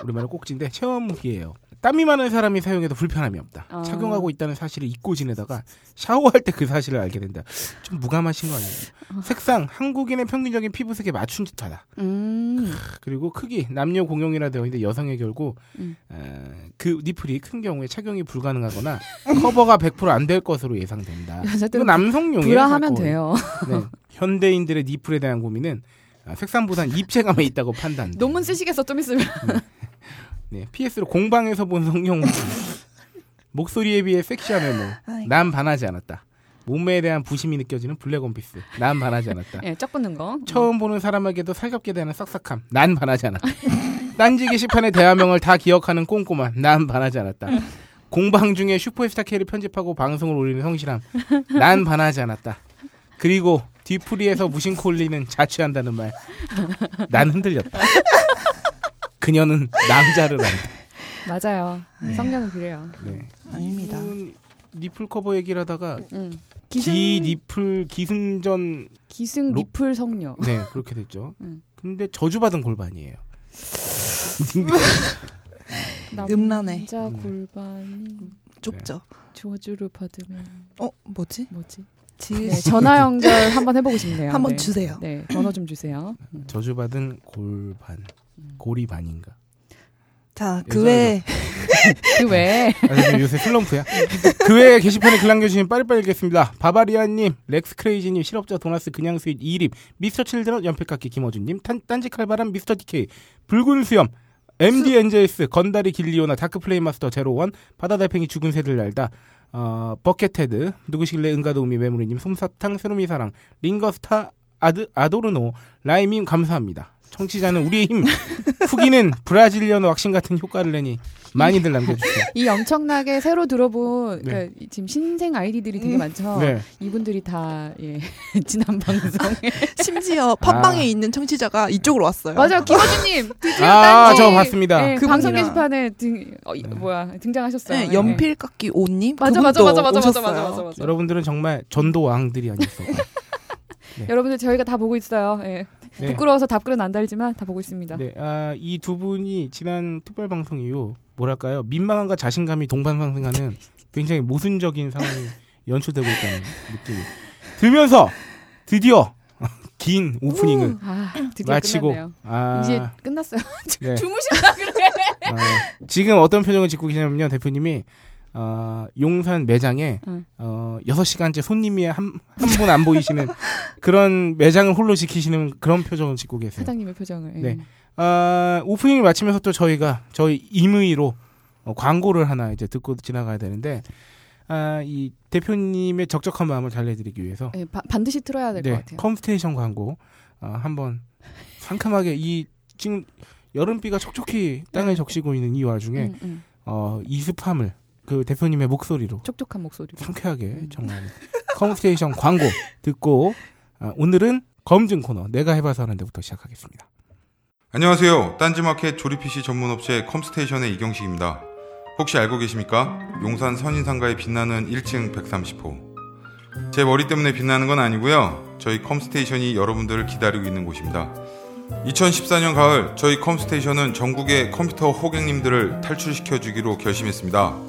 우리말로 꼭지인데 체험무기예요. 땀이 많은 사람이 사용해도 불편함이 없다. 아. 착용하고 있다는 사실을 잊고 지내다가 샤워할 때 그 사실을 알게 된다. 좀 무감하신 거 아니에요? 색상 한국인의 평균적인 피부색에 맞춘 듯하다. 음. 그리고 크기 남녀 공용이라 되어 있는데 여성의 결고 음. 어, 그 니플이 큰 경우에 착용이 불가능하거나 커버가 100%안 될 것으로 예상된다. 이거 여자들은 남성용이에요. 불화하면 사건. 돼요. 네. 현대인들의 니플에 대한 고민은 아, 색상보단 입체감에 있다고 판단. 논문 쓰시겠어 좀 있으면. 네, PS로 공방에서 본 성형 목소리에 비해 섹시한 외모. 아이고. 난 반하지 않았다. 몸매에 대한 부심이 느껴지는 블랙 원피스. 난 반하지 않았다. 예, 쩍 붙는 거. 처음 보는 사람에게도 살갑게 되는 싹싹함. 난 반하지 않았다. 딴지 게시판의 대화명을 다 기억하는 꼼꼼함. 난 반하지 않았다. 공방 중에 슈퍼스타 K를 편집하고 방송을 올리는 성실함. 난 반하지 않았다. 그리고 뒤풀이에서 무심코 올리는 자취한다는 말. 난 흔들렸다. 그녀는 남자를 안다. 맞아요. 성격은 그래요. 네. 아닙니다. 이분 니플 커버 얘기를 하다가 음. 기승 기 니플 기승전 기승 로- 니플 성녀. 네 그렇게 됐죠. 음. 근데 저주받은 골반이에요. 음란해. 남자 음. 골반이 좁죠. 저주를 받으면 어 뭐지? 뭐지? 지은 네, 전화 연결 한번 해보고 싶네요. 한번 네. 주세요. 네, 번호 좀 주세요. 저주받은 골반 고리반인가? 자 네, 그 외에 그 외에 아, 요즘 요새 슬럼프야. 그 외에 게시판에 글 남겨주신 빠리빠리 읽겠습니다. 바바리아님, 렉스크레이지님, 실업자 도나스 그냥 스윗 이립, 미스터 칠드런 연필깎이 김어준님, 탄- 딴지 칼바람 미스터 디케이, 붉은 수염, MDNJS, 건다리 길리오나, 다크플레이 마스터 제로원, 바다달팽이 죽은 새를 날다, 어, 버켓헤드, 누구시길래 은가도우미 메모리님, 솜사탕, 새로미 사랑, 링거스타, 아드, 아도르노, 라이밍 감사합니다. 청취자는 우리의 힘, 후기는 브라질리언 왁싱 같은 효과를 내니 많이들 남겨주세요. 이 엄청나게 새로 들어본 네. 그러니까 지금 신생 아이디들이 되게 음. 많죠. 네. 이분들이 다 예, 지난 방송에 심지어 팟빵에 있는 청취자가 이쪽으로 왔어요. 아. 맞아요, 김호준님 드디어 아, 딴지 저 봤습니다. 예, 그분이랑. 방송 게시판에 등, 어, 이- 뭐야 등장하셨어요. 네, 예. 연필 깎기 옷님 맞아, 그분도 맞아, 맞아, 맞아, 맞아, 오셨어요. 맞아, 맞아, 맞아. 여러분들은 정말 전도왕들이 아니었을까. 여러분들 저희가 다 보고 있어요. 예. 예. 네. 부끄러워서 답글은 안 달지만 다 보고 있습니다. 네, 아, 이 두 분이 지난 특별 방송 이후 뭐랄까요 민망함과 자신감이 동반상승하는 굉장히 모순적인 상황이 연출되고 있다는 느낌이 들면서 드디어 긴 오프닝을 아, 드디어 마치고 끝났네요. 아, 이제 끝났어요. 네. 주무신다 그래. 아, 지금 어떤 표정을 짓고 계시냐면요 대표님이 어, 용산 매장에 응. 어, 6시간째 손님이 한 분 안 보이시는 그런 매장을 홀로 지키시는 그런 표정을 짓고 계세요. 사장님의 표정을. 예. 네. 아, 오프닝을 마치면서 또 저희가 저희 임의로 어, 광고를 하나 이제 듣고 지나가야 되는데 아, 이 대표님의 적적한 마음을 달래드리기 위해서 네, 예, 바- 반드시 틀어야 될 것 같아요. 컴스테이션 광고 아, 한번 상큼하게 이 지금 여름비가 촉촉히 땅에 적시고 있는 이 와중에 네. 음, 음. 어, 이 습함을 그 대표님의 목소리로 촉촉한 목소리. 상쾌하게 음. 정말 컴스테이션 광고 듣고 아, 오늘은 검증 코너 내가 해봐서 하는데부터 시작하겠습니다. 안녕하세요. 딴지마켓 조립 PC 전문 업체 컴스테이션의 이경식입니다. 혹시 알고 계십니까? 용산 선인상가에 빛나는 1층 130호. 제 머리 때문에 빛나는 건 아니고요. 저희 컴스테이션이 여러분들을 기다리고 있는 곳입니다. 2014년 가을 저희 컴스테이션은 전국의 컴퓨터 호객님들을 탈출시켜 주기로 결심했습니다.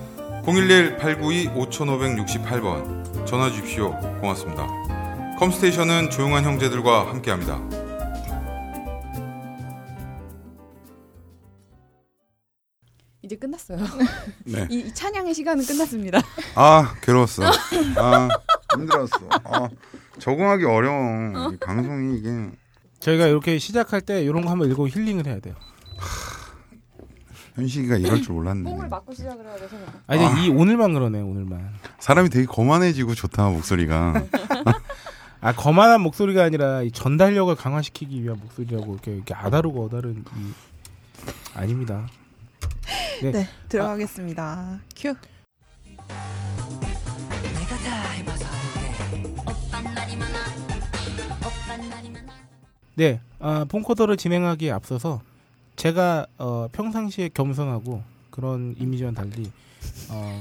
011-892-5568번 전화 주십시오. 고맙습니다. 컴스테이션은 조용한 형제들과 함께합니다. 이제 끝났어요. 네. 이, 이 찬양의 시간은 끝났습니다. 아 괴로웠어. 아 힘들었어. 아, 적응하기 어려워. 이 방송이 이게 저희가 이렇게 시작할 때 이런 거 한번 읽고 힐링을 해야 돼요. 현식이가 이럴 줄 몰랐네. 뽕을 맞고 시작을 해야 돼 생각. 아, 이제 아. 이 오늘만 그러네, 오늘만. 사람이 되게 거만해지고 좋다 목소리가. 아, 거만한 목소리가 아니라 이 전달력을 강화시키기 위한 목소리라고 이렇게, 이렇게 아다르고 어다른 이 아닙니다. 네, 들어가겠습니다. 큐. 네, 아, 폰코더를 진행하기에 앞서서 제가 어, 평상시에 겸손하고 그런 이미지와는 달리 어,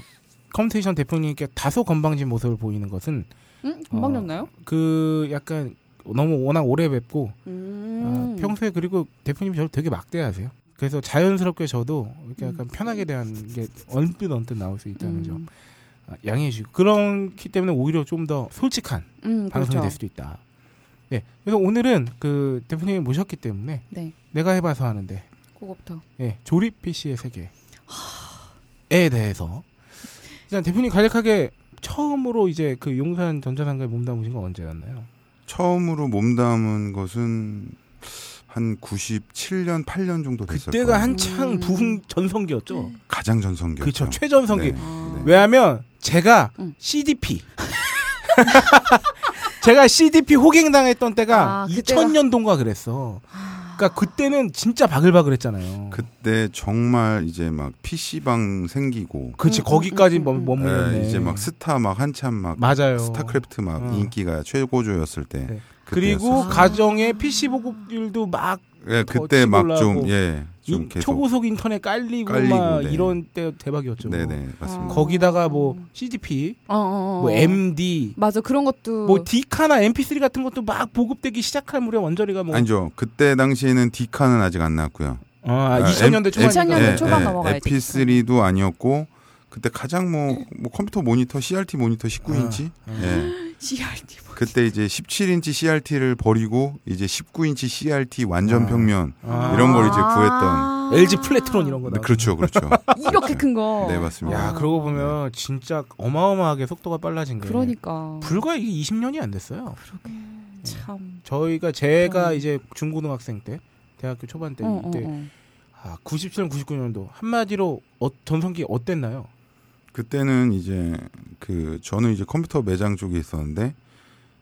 컴퓨테이션 대표님께 다소 건방진 모습을 보이는 것은 응? 금방 어. 졌나요? 그 약간 너무 워낙 오래 뵙고 음. 아, 평소에 그리고 대표님이 저를 되게 막대하세요. 그래서 자연스럽게 저도 이렇게 약간 편하게 대한 게 언뜻 언뜻 나올 수 있다는 점 음. 아, 양해해 주시고 그렇기 때문에 오히려 좀 더 솔직한 음, 방송이 그렇죠. 될 수도 있다. 네, 그래서 오늘은 그 대표님이 모셨기 때문에 네. 내가 해봐서 하는데 그거부터. 예, 조립 PC의 세계에 대해서 일단 대표님 간략하게 처음으로 이제 그 용산 전자상가에 몸담으신 건 언제였나요? 처음으로 몸담은 것은 한 97년 8년 정도 됐을 거예요. 그때가 한창 음. 부흥 전성기였죠. 가장 전성기였죠. 그렇죠, 최전성기. 네, 아. 네. 왜냐하면 제가 음. CDP 제가 CDP 호갱당했던 때가 아, 그때가- 2000년도인가 그랬어. 그러니까 그때는 진짜 음, 바글바글했잖아요. 그때 정말 이제 막 PC방 생기고 그렇지 음, 거기까지 음, 음, 음. 머물렀 에, 네 이제 막 스타 막 한참 막 맞아요. 스타크래프트 막 어. 인기가 최고조였을 때. 네. 그리고 아. 그때였어요. 가정의 PC 보급률도 막 예, 더 그때 막 치고 좀 예, 좀 이 계속 초고속 인터넷 깔리고, 깔리고, 막 네. 이런 때 대박이었죠. 뭐. 네, 네. 맞습니다. 어. 거기다가 뭐 CDP, 어, 어, 어. 뭐 MD, 맞아 그런 것도 뭐 디카나 MP3 같은 것도 막 보급되기 시작할 무렵 원저리가 뭐 아니죠. 그때 당시에는 디카는 아직 안 나왔고요. 아, 아, 2000년대 초반 2000년대 초반 넘어가야지. MP3도 네. 아니었고 그때 가장 뭐, 뭐 컴퓨터 모니터 CRT 모니터 19인치. 아, 아. 예. CRT 뭐. 그때 이제 17인치 CRT를 버리고 이제 19인치 CRT 완전 아. 평면. 아. 이런 걸 이제 구했던. LG 플래트론 이런 거 네, 나. 그렇죠. 그렇죠. 이렇게 큰 거. 네, 맞습니다. 야, 아, 그러고 네. 보면 진짜 어마어마하게 속도가 빨라진 게 그러니까 불과 이게 20년이 안 됐어요. 참. 저희가 제가 그러네. 이제 중고등학생 때 대학교 초반 때 어, 어, 이때 어. 아, 97년 99년도 한마디로 어, 전성기 어땠나요? 그때는 이제 그 저는 이제 컴퓨터 매장 쪽에 있었는데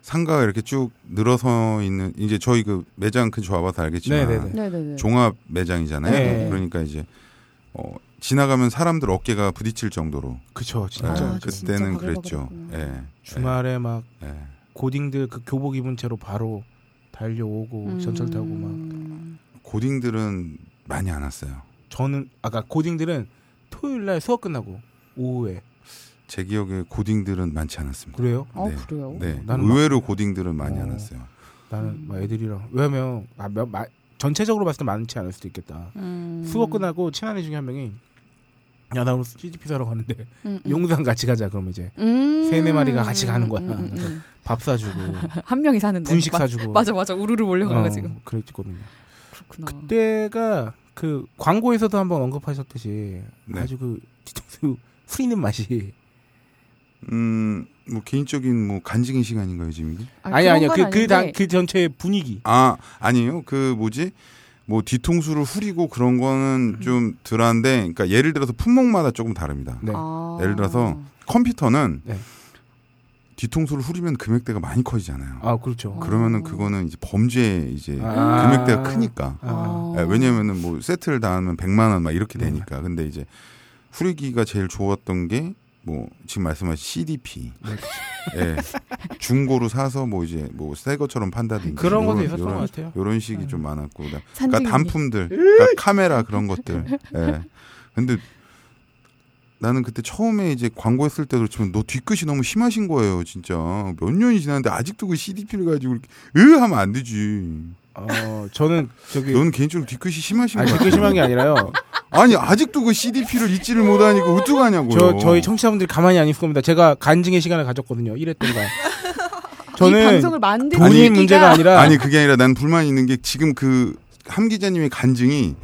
상가가 이렇게 쭉 늘어서 있는 이제 저희 그 매장 근처 와봐서 알겠지만 네네네. 네네네. 종합 매장이잖아요. 네. 그러니까 이제 어, 지나가면 사람들 어깨가 부딪힐 정도로 그쵸 예, 진짜 아, 진짜 그때는 그랬죠. 바글바글했구나. 예, 주말에 막 예, 예. 고딩들 그 교복 입은 채로 바로 달려오고 뭐 전철 타고 막 음. 고딩들은 많이 안 왔어요. 저는 아까 고딩들은 토요일 날 수업 끝나고 오후에 제 기억에 고딩들은 많지 않았습니다. 그래요? 어 네. 그래요. 네, 나는 막- 의외로 고딩들은 많이 안 어. 왔어요. 음. 나는 막 애들이랑 왜냐면 아, 몇- 마- 전체적으로 봤을 때 많지 않을 수도 있겠다. 음. 수업 끝나고 친한 애 중에 한 명이 야 나 오늘 CGP 사러 가는데 음, 음. 용산 같이 가자 그러면 이제 음. 세네 마리가 같이 가는 거야. 음, 음, 음. 밥 사주고 한 명이 사는데. 분식 마- 사주고 네, 맞아 맞아 우르르 몰려가는 거 어, 지금. 그랬거든요. 그렇구나. 그때가 그 광고에서도 한번 언급하셨듯이 네. 아주 그 뒤통수 후리는 맛이 음, 뭐 개인적인 뭐 간증인 시간인가요 지금 이게? 아니 아니요 그런 건 그그 아닌데. 그 전체의 분위기 아 아니에요 그 뭐지 뭐 뒤통수를 후리고 그런 음. 거는 좀 덜한데 그러니까 예를 들어서 품목마다 조금 다릅니다 네. 아. 예를 들어서 컴퓨터는 네. 뒤통수를 후리면 금액대가 많이 커지잖아요 아 어. 그렇죠 그러면은 그거는 이제 범죄 이제 아. 금액대가 크니까 아. 예, 왜냐면은 뭐 세트를 다 하면 100만 원 막 네. 이렇게 되니까 근데 이제 후리기가 제일 좋았던 게 뭐 지금 말씀하신 CDP 네, 예, 중고로 사서 뭐 이제 뭐 새 것처럼 판다든지 그런 것도 요런- 있었던 요런- 것 같아요 요런 식이 음. 좀 많았고 그다음- 산증 그러니까 단품들 그러니까 카메라 그런 것들 예 근데 나는 그때 처음에 이제 광고했을 때도 그렇지만 너 뒤끝이 너무 심하신 거예요 진짜 몇 년이 지났는데 아직도 그 CDP를 가지고 이렇게 으 하면 안 되지 어 저는 저기 너는 개인적으로 뒤끝이 심하신 아니 거야 그게 심한 게 아니라요 아니 아직도 그 CDP를 잊지를 못하니까 어떡하냐고요 저 저희 청취자분들 가만히 안 있을 겁니다 제가 간증의 시간을 가졌거든요 이랬던가 이 저는 방송을 만든 돈이 분위기가- 문제가 아니라 아니 그게 아니라 난 불만 있는 게 지금 그 함 기자님의 간증이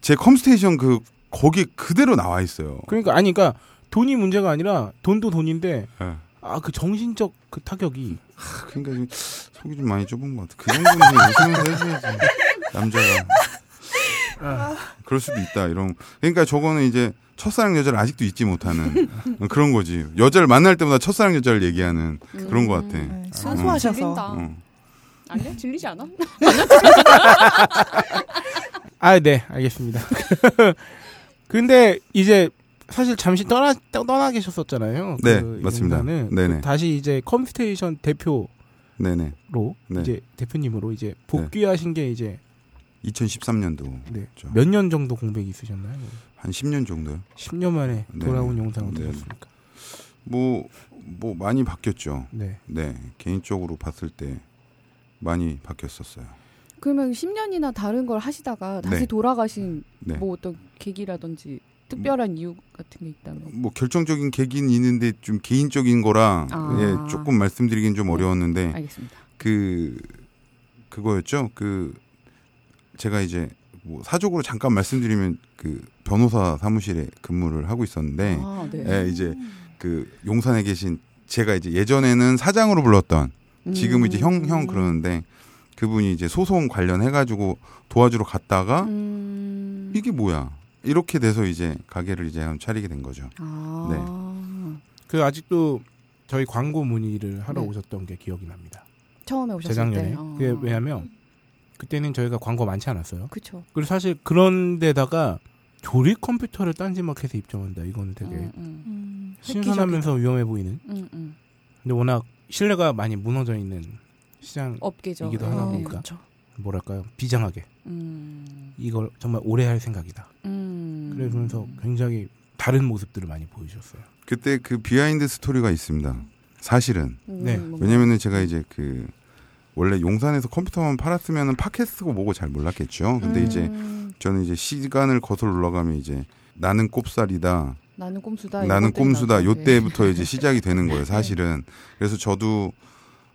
제 컴스테이션 그 거기에 그대로 나와 있어요 그러니까 아니 그러니까 돈이 문제가 아니라 돈도 돈인데 예. 아 그 정신적 그 타격이 그러니까 좀 속이 좀 많이 좁은 것 같아. 그 정도는 그냥 웃으면서 해줘야지. 남자가. 아. 아, 그럴 수도 있다. 이런. 그러니까 저거는 이제 첫사랑 여자를 아직도 잊지 못하는 그런 거지. 여자를 만날 때마다 첫사랑 여자를 얘기하는 그런 것 같아. 음. 네, 순수하셔서 아. 어. 아니야? 질리지 않아? 아 네 알겠습니다. 근데 이제 사실 잠시 떠나 떠- 떠나 계셨었잖아요. 네, 그 맞습니다. 이동단은. 네네. 그 다시 이제 컴스테이션 대표로 네네. 네. 이제 대표님으로 이제 복귀하신 게 이제 2013년도. 네. 그렇죠. 몇 년 정도 공백이 있으셨나요? 한 10년 정도요? 10년 만에 네. 돌아온 영상을 네. 들었습니까? 뭐, 뭐 많이 바뀌었죠. 네. 네. 개인적으로 봤을 때 많이 바뀌었었어요. 그러면 10년이나 다른 걸 하시다가 다시 네. 돌아가신 네. 음. 뭐 어떤 계기라든지 특별한 이유 같은 게 있다면 뭐 결정적인 계기는 있는데 좀 개인적인 거라 아. 네. 예, 조금 말씀드리긴 좀 어려웠는데 알겠습니다. 그 그거였죠. 그 제가 이제 뭐 사적으로 잠깐 말씀드리면 그 변호사 사무실에 근무를 하고 있었는데 아, 네. 예, 이제 그 용산에 계신 제가 이제 예전에는 사장으로 불렀던 네. 음. 지금 은 이제 형 형 그러는데 그분이 이제 소송 관련해 가지고 도와주러 갔다가 음. 이게 뭐야 이렇게 돼서 이제 가게를 이제 한 차리게 된 거죠. 아. 그 아직도 저희 광고 문의를 하러 네. 오셨던 게 기억이 납니다. 처음에 오셨을 재작년에. 때. 어. 그게 왜냐면 그때는 저희가 광고 많지 않았어요. 그쵸. 그리고 사실 그런 데다가 조립 컴퓨터를 딴지마켓에 입점한다. 이건 되게 음, 음, 음, 획기적이다. 신선하면서 위험해 보이는. 음, 음. 근데 워낙 신뢰가 많이 무너져 있는 시장 업계죠. 이기도 하다 어, 보니까. 그렇죠. 뭐랄까요 비장하게 음. 이걸 정말 오래 할 생각이다. 음. 그러면서 굉장히 다른 모습들을 많이 보여주셨어요. 그때 그 비하인드 스토리가 있습니다. 사실은 음, 네. 뭔가. 왜냐면은 제가 이제 그 원래 용산에서 컴퓨터만 팔았으면은 팟캐스트고 뭐고 잘 몰랐겠죠. 근데 음, 이제 저는 이제 시간을 거슬러 올라가면 이제 나는 꼽살이다, 나는 꼼수다. 네. 나는 이것들이 꼼수다. 나왔어. 요 네. 때부터 이제 시작이 되는 거예요, 사실은. 그래서 저도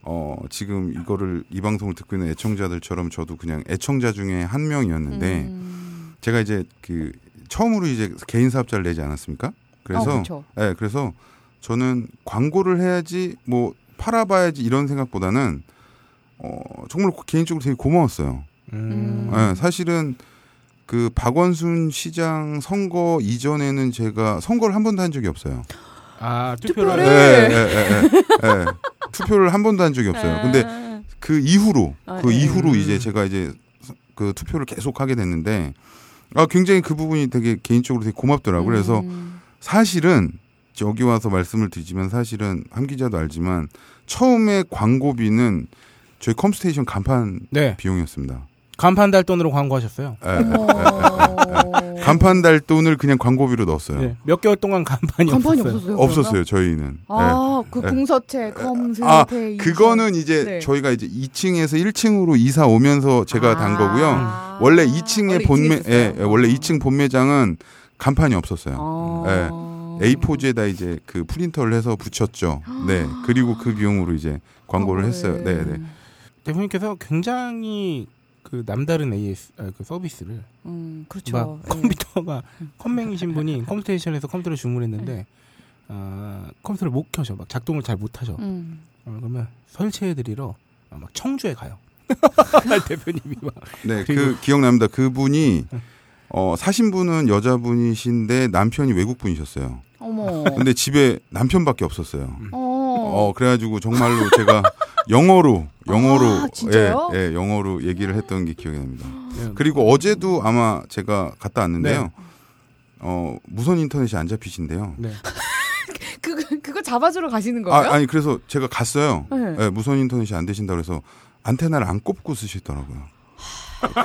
어 지금 이거를 이 방송을 듣고 있는 애청자들처럼 저도 그냥 애청자 중에 한 명이었는데 음. 제가 이제 그 처음으로 이제 개인 사업자를 내지 않았습니까? 어, 그래서 그쵸. 예, 그래서 저는 광고를 해야지 뭐 팔아봐야지 이런 생각보다는 어 정말 고- 개인적으로 되게 고마웠어요. 음. 예, 사실은 그 박원순 시장 선거 이전에는 제가 선거를 한 번도 한 적이 없어요. 아 예, 투표를 예, 투표를- 예, 예, 예. 투표를 한 번도 한 적이 없어요. 근데 아. 그 이후로 아, 그 네. 이후로 음. 이제 제가 이제 그 투표를 계속 하게 됐는데 아 굉장히 그 부분이 되게 개인적으로 되게 고맙더라고요. 그래서 음. 사실은 여기 와서 말씀을 드리지만 사실은 함 기자도 알지만 처음에 광고비는 저희 컴스테이션 간판 네 비용이었습니다. 간판 달 돈으로 광고하셨어요. 예, 예, 예, 예, 예. 간판 달 돈을 그냥 광고비로 넣었어요. 네. 몇 개월 동안 간판이, 간판이 없었어요. 없었어요. 없었어요 저희는. 예. 아, 그 네. 공서체 검색 아, 그거는 이제 네. 저희가 이제 2층에서 1층으로 이사 오면서 제가 단 아. 거고요. 원래 2층에 원래 본매, 2층에 예, 있었어요? 예, 원래 2층 본매장은 간판이 없었어요. 예. 아. A4지에다 이제 그 프린터를 해서 붙였죠. 네. 그리고 그 비용으로 이제 아, 광고를 했어요. 네, 네. 음, 대표님께서 굉장히 그 남다른 AS 아, 그 서비스를 음, 그렇죠. 막 컴퓨터가 컴맹이신 분이 컴스테이션에서 컴퓨터를 주문했는데 아, 컴퓨터를 못 켜셔 막 작동을 잘 못 하셔. 예. 음. 어, 그러면 설치해드리러 아, 막 청주에 가요. 대표님이 막 네, 그리고- 그 기억납니다. 그분이 어, 사신 분은 여자분이신데 남편이 외국 분이셨어요. 어머. 근데 집에 남편밖에 없었어요. 어. 어, 그래가지고 정말로 제가 영어로 영어로 아, 진짜요? 예, 예, 영어로 얘기를 했던 게 기억이 납니다. 예, 그리고 어제도 아마 제가 갔다 왔는데요. 네. 어, 무선 인터넷이 안 잡히신데요. 네. 그거 그거 잡아주러 가시는 아, 거예요? 아니 그래서 제가 갔어요. 네. 예, 무선 인터넷이 안 되신다 그래서 안테나를 안 꼽고 쓰시더라고요.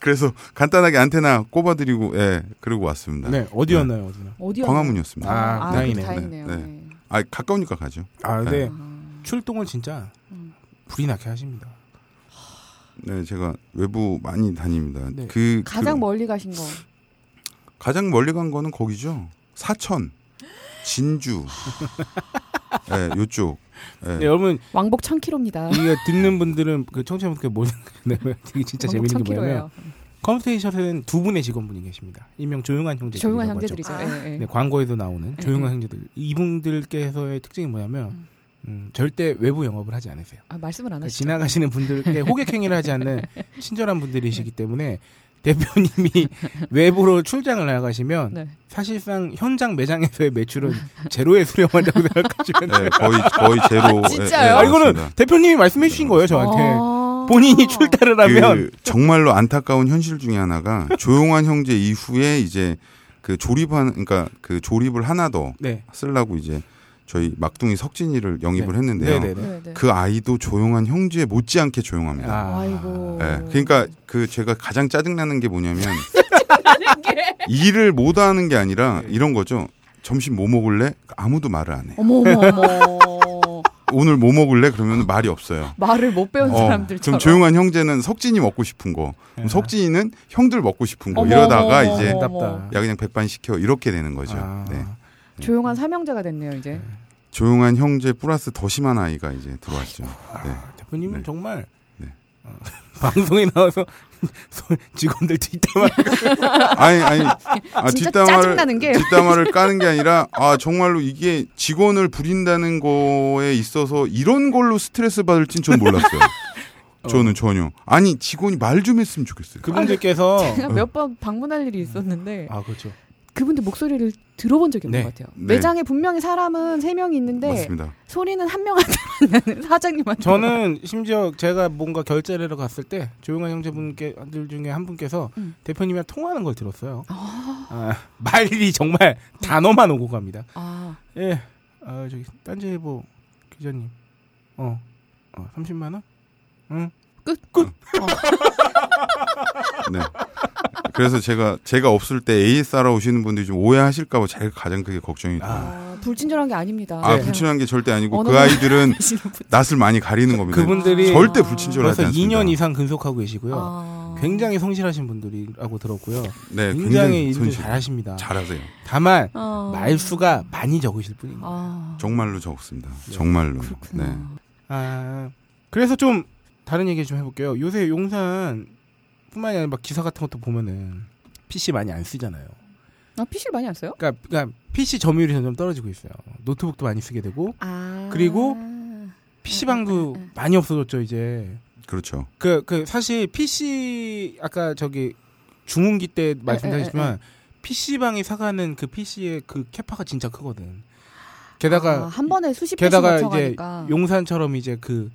그, 래서 간단하게 안테나 꼽아드리고 예 그리고 왔습니다. 네 어디였나요 어디나 어디요? 광화문이었습니다. 아, 아, 네. 다행이네. 다행이네요. 다행이네요. 네, 네. 네. 아 가까우니까 가죠. 아 네. 근데 아. 출동을 진짜 음. 불이 나게 하십니다 네 제가 외부 많이 다닙니다. 네. 그 가장 그- 멀리 가신 거. 가장 멀리 간 거는 거기죠. 사천, 진주, 예 요쪽. 예. 네, 여러분 왕복 1000km입니다. 네, 이거 듣는 분들은 그 청취자분들 모르는 거예요 되게 진짜 재밌는 게 뭐냐면 컴스테이션은 두 분의 직원분이 계십니다. 일명 조용한 형제들. 조용한 형제들이죠. 아. 예, 예. 네, 광고에도 나오는 네. 조용한 형제들. 이분들께서의 특징이 뭐냐면 음, 절대 외부 영업을 하지 않으세요. 아, 말씀을 안 그러니까 하시죠. 지나가시는 분들께 호객행위를 하지 않는 친절한 네. 분들이시기 때문에 대표님이 외부로 출장을 나가시면 네. 사실상 현장 매장에서의 매출은 제로에 수렴한다고 생각하시면 돼요. 네, 거의 거의 제로. 네, 아, 진짜요? 아, 이거는 맞습니다. 대표님이 말씀해 주신 거예요, 저한테. 아. 본인이 출타를 하면 그 정말로 안타까운 현실 중에 하나가 조용한 형제 이후에 이제 그 조립한 그러니까 그 조립을 하나 더 네. 쓰려고 이제 저희 막둥이 석진이를 영입을 네, 했는데요. 네, 네. 네, 네. 그 아이도 조용한 형제 못지않게 조용합니다. 아. 아이고. 예, 그러니까 그 제가 가장 짜증나는 게 뭐냐면 일을 못 하는 게 아니라 네. 이런 거죠. 점심 뭐 먹을래? 아무도 말을 안 해. 어머 어머 어머. 오늘 뭐 먹을래? 그러면 말이 없어요. 말을 못 배운 어, 사람들처럼. 그럼 조용한 형제는 석진이 먹고 싶은 거, 예. 그럼 석진이는 형들 먹고 싶은 거 어머, 이러다가 어머, 이제 어머. 답답다. 야 그냥 백반 시켜 이렇게 되는 거죠. 아. 네. 조용한 사명자가 됐네요 이제. 조용한 형제 플러스 더 심한 아이가 이제 들어왔죠. 네. 대표님은 네. 정말 네. 어, 방송에 나와서 소- 직원들 뒷담화 아니 아니 아, 진짜 뒷담화를 짜증나는 게- 뒷담화를 까는 게 아니라 아 정말로 이게 직원을 부린다는 거에 있어서 이런 걸로 스트레스 받을진 전 몰랐어요. 저는 전혀 아니 직원이 말 좀 했으면 좋겠어요. 그분들께서 제가 몇 번 방문할 일이 있었는데 아 그렇죠. 그분들 목소리를 들어본 적이 없는 네. 것 같아요. 네. 매장에 분명히 사람은 세 명이 있는데 맞습니다. 소리는 한 명한테 나는 사장님한테. 저는 심지어 제가 뭔가 결제를 하러 갔을 때 조용한 형제분들 중에 한 분께서 음. 대표님이랑 통화하는 걸 들었어요. 아, 말이 정말 단어만 오고 갑니다. 아, 예, 아, 저기 딴지일보 기자님, 어, 어 30만 원? 응. 네. 그래서 제가 제가 없을 때 ASR 오시는 분들이 좀 오해하실까 봐 제가 가장 크게 걱정이 돼요. 아, 아, 불친절한 게 아닙니다. 아 네. 불친한 게 절대 아니고 그 언어는- 아이들은 하시는 분. 낯을 많이 가리는 겁니다. 그분들이 절- 절대 불친절하지 벌써 않습니다. 2년 이상 근속하고 계시고요. 아. 굉장히 성실하신 분들이라고 들었고요. 네, 굉장히 굉장히 일을 손실 잘하십니다. 잘하세요. 다만 아. 말수가 많이 적으실 분입니다. 아. 정말로 적습니다. 네. 정말로. 그렇구나. 네. 아, 그래서 좀 다른 얘기 좀 해볼게요. 요새 용산뿐만이 아니라 막 기사 같은 것도 보면은 PC 많이 안 쓰잖아요. 아, PC를 많이 안 써요? 그러니까, 그러니까 PC 점유율이 점점 떨어지고 있어요. 노트북도 많이 쓰게 되고 아. 그리고 PC 응, 응, 방도 응. 많이 없어졌죠 이제. 그렇죠. 그 그 사실 PC 아까 저기 중흥기 때 말씀드렸지만 PC 방이 사가는 그 PC의 그 캐파가 진짜 크거든. 게다가 그러니까 아, 한 번에 수십 개씩 게다가 맞춰가니까. 이제 용산처럼 이제 그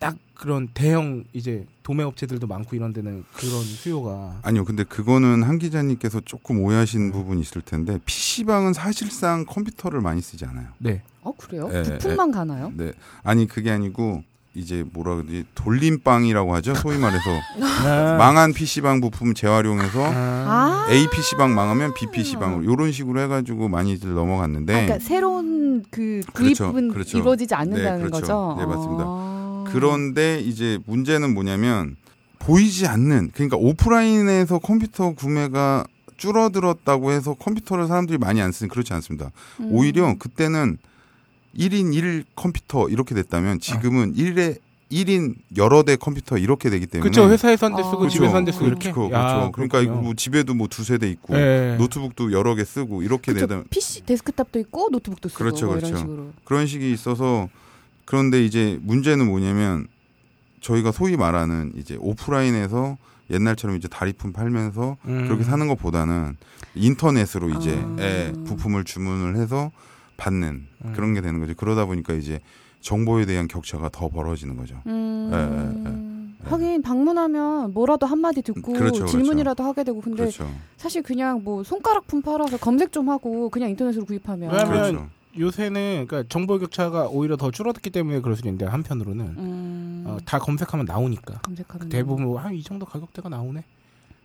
딱 응. 그런 대형 이제 도매 업체들도 많고 이런 데는 그런 수요가 아니요. 근데 그거는 한 기자님께서 조금 오해하신 부분이 있을 텐데 PC방은 사실상 컴퓨터를 많이 쓰지 않아요. 네. 어 그래요? 예, 부품만 가나요? 네. 아니 그게 아니고 이제 뭐라 그러지? 돌림방이라고 하죠. 소위 말해서 네. 아. 망한 PC방 부품 재활용해서 아, A PC방 망하면 B PC방으로 요런 식으로 해 가지고 많이들 넘어갔는데 음. 아, 그러니까 새로운 그 네. 그렇죠, 구입은 그렇죠. 이루어지지 않는다는 네, 그렇죠. 거죠. 네, 맞습니다. 아. 그런데 이제 문제는 뭐냐면 보이지 않는 그러니까 오프라인에서 컴퓨터 구매가 줄어들었다고 해서 컴퓨터를 사람들이 많이 안 쓰는 그렇지 않습니다. 음. 오히려 그때는 1인 1 컴퓨터 이렇게 아. 됐다면 지금은 1에 1인 여러 대 컴퓨터 이렇게 되기 때문에 그렇죠. 회사에서 한 대 쓰고 아. 집에서 한 대 쓰고 그렇죠. 이렇게. 그렇죠. 야, 그러니까 그렇군요. 이거 뭐 집에도 뭐 두세 대 있고 예. 노트북도 여러 개 쓰고 이렇게 그쵸, 되다 PC 데스크탑도 있고 노트북도 쓰고 그렇죠, 뭐 그렇죠. 이런 식으로. 그런 식이 있어서 그런데 이제 문제는 뭐냐면 저희가 소위 말하는 이제 오프라인에서 옛날처럼 이제 다리품 팔면서 음. 그렇게 사는 것보다는 인터넷으로 이제 아. 예, 부품을 주문을 해서 받는 음. 그런 게 되는 거죠. 그러다 보니까 이제 정보에 대한 격차가 더 벌어지는 거죠. 음. 예, 예, 예. 하긴 방문하면 뭐라도 한마디 듣고 그렇죠, 그렇죠. 질문이라도 하게 되고 근데 그렇죠. 사실 그냥 뭐 손가락품 팔아서 검색 좀 하고 그냥 인터넷으로 구입하면 왜냐면- 그렇죠. 요새는 그러니까 정보 격차가 오히려 더 줄어들기 때문에 그럴 수도 있는데 한편으로는 음, 어, 다 검색하면 나오니까 검색하면 음. 대부분 뭐, 아, 한이 정도 가격대가 나오네.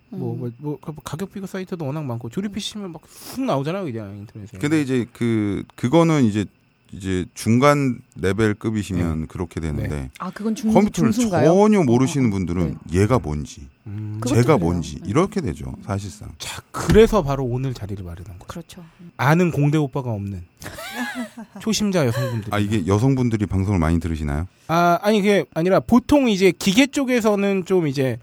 뭐, 뭐, 뭐, 그 가격 비교 사이트도 워낙 많고 조립 PC면 막 쑥 나오잖아요, 그냥 예. 인터넷에. 근데 이제 그 그거는 이제 이제 중간 레벨급이시면 그렇게 되는데 아 그건 네. 중, 컴퓨터를 중순가요? 어. 네. 전혀 모르시는 분들은 얘가 뭔지 음, 그것도 그래요. 제가 뭔지 네. 이렇게 되죠 사실상 자, 그래서 바로 오늘 자리를 마련한 거예요. 그렇죠. 아는 공대 오빠가 없는 초심자 여성분들. 아 이게 여성분들이 방송을 많이 들으시나요? 아, 아니 그게 아니라 보통 이제 기계 쪽에서는 좀 이제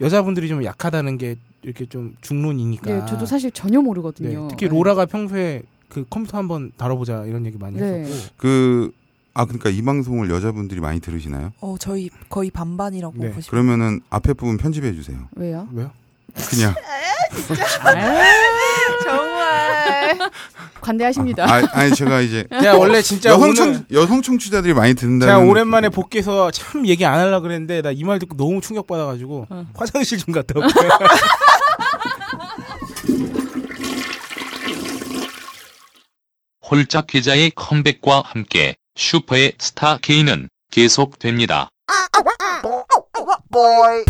여자분들이 좀 약하다는 게 이렇게 좀 중론이니까. 네, 저도 사실 전혀 네, 모르거든요. 특히 로라가 평소에 그 컴퓨터 한번 다뤄보자 이런 얘기 많이 네. 했었고. 그, 아, 그러니까 이 방송을 여자분들이 많이 들으시나요? 어 저희 거의 반반이라고 네, 보시면 그러면은 앞에 부분 편집해 주세요. 왜요? 왜요? 그냥. 정말 관대하십니다. 아, 아니, 제가 이제. 제가 원래 진짜 여성, 오늘 네, 청, 여성 청취자들이 많이 듣는다는 제가 오랜만에 복귀해서 참 얘기 안 하려고 그랬는데 나 이 말 듣고 너무 충격받아가지고 어. 화장실 좀 갔다 올게요. 홀짝 기자의 컴백과 함께 슈퍼의 스타 K는 계속됩니다. boy.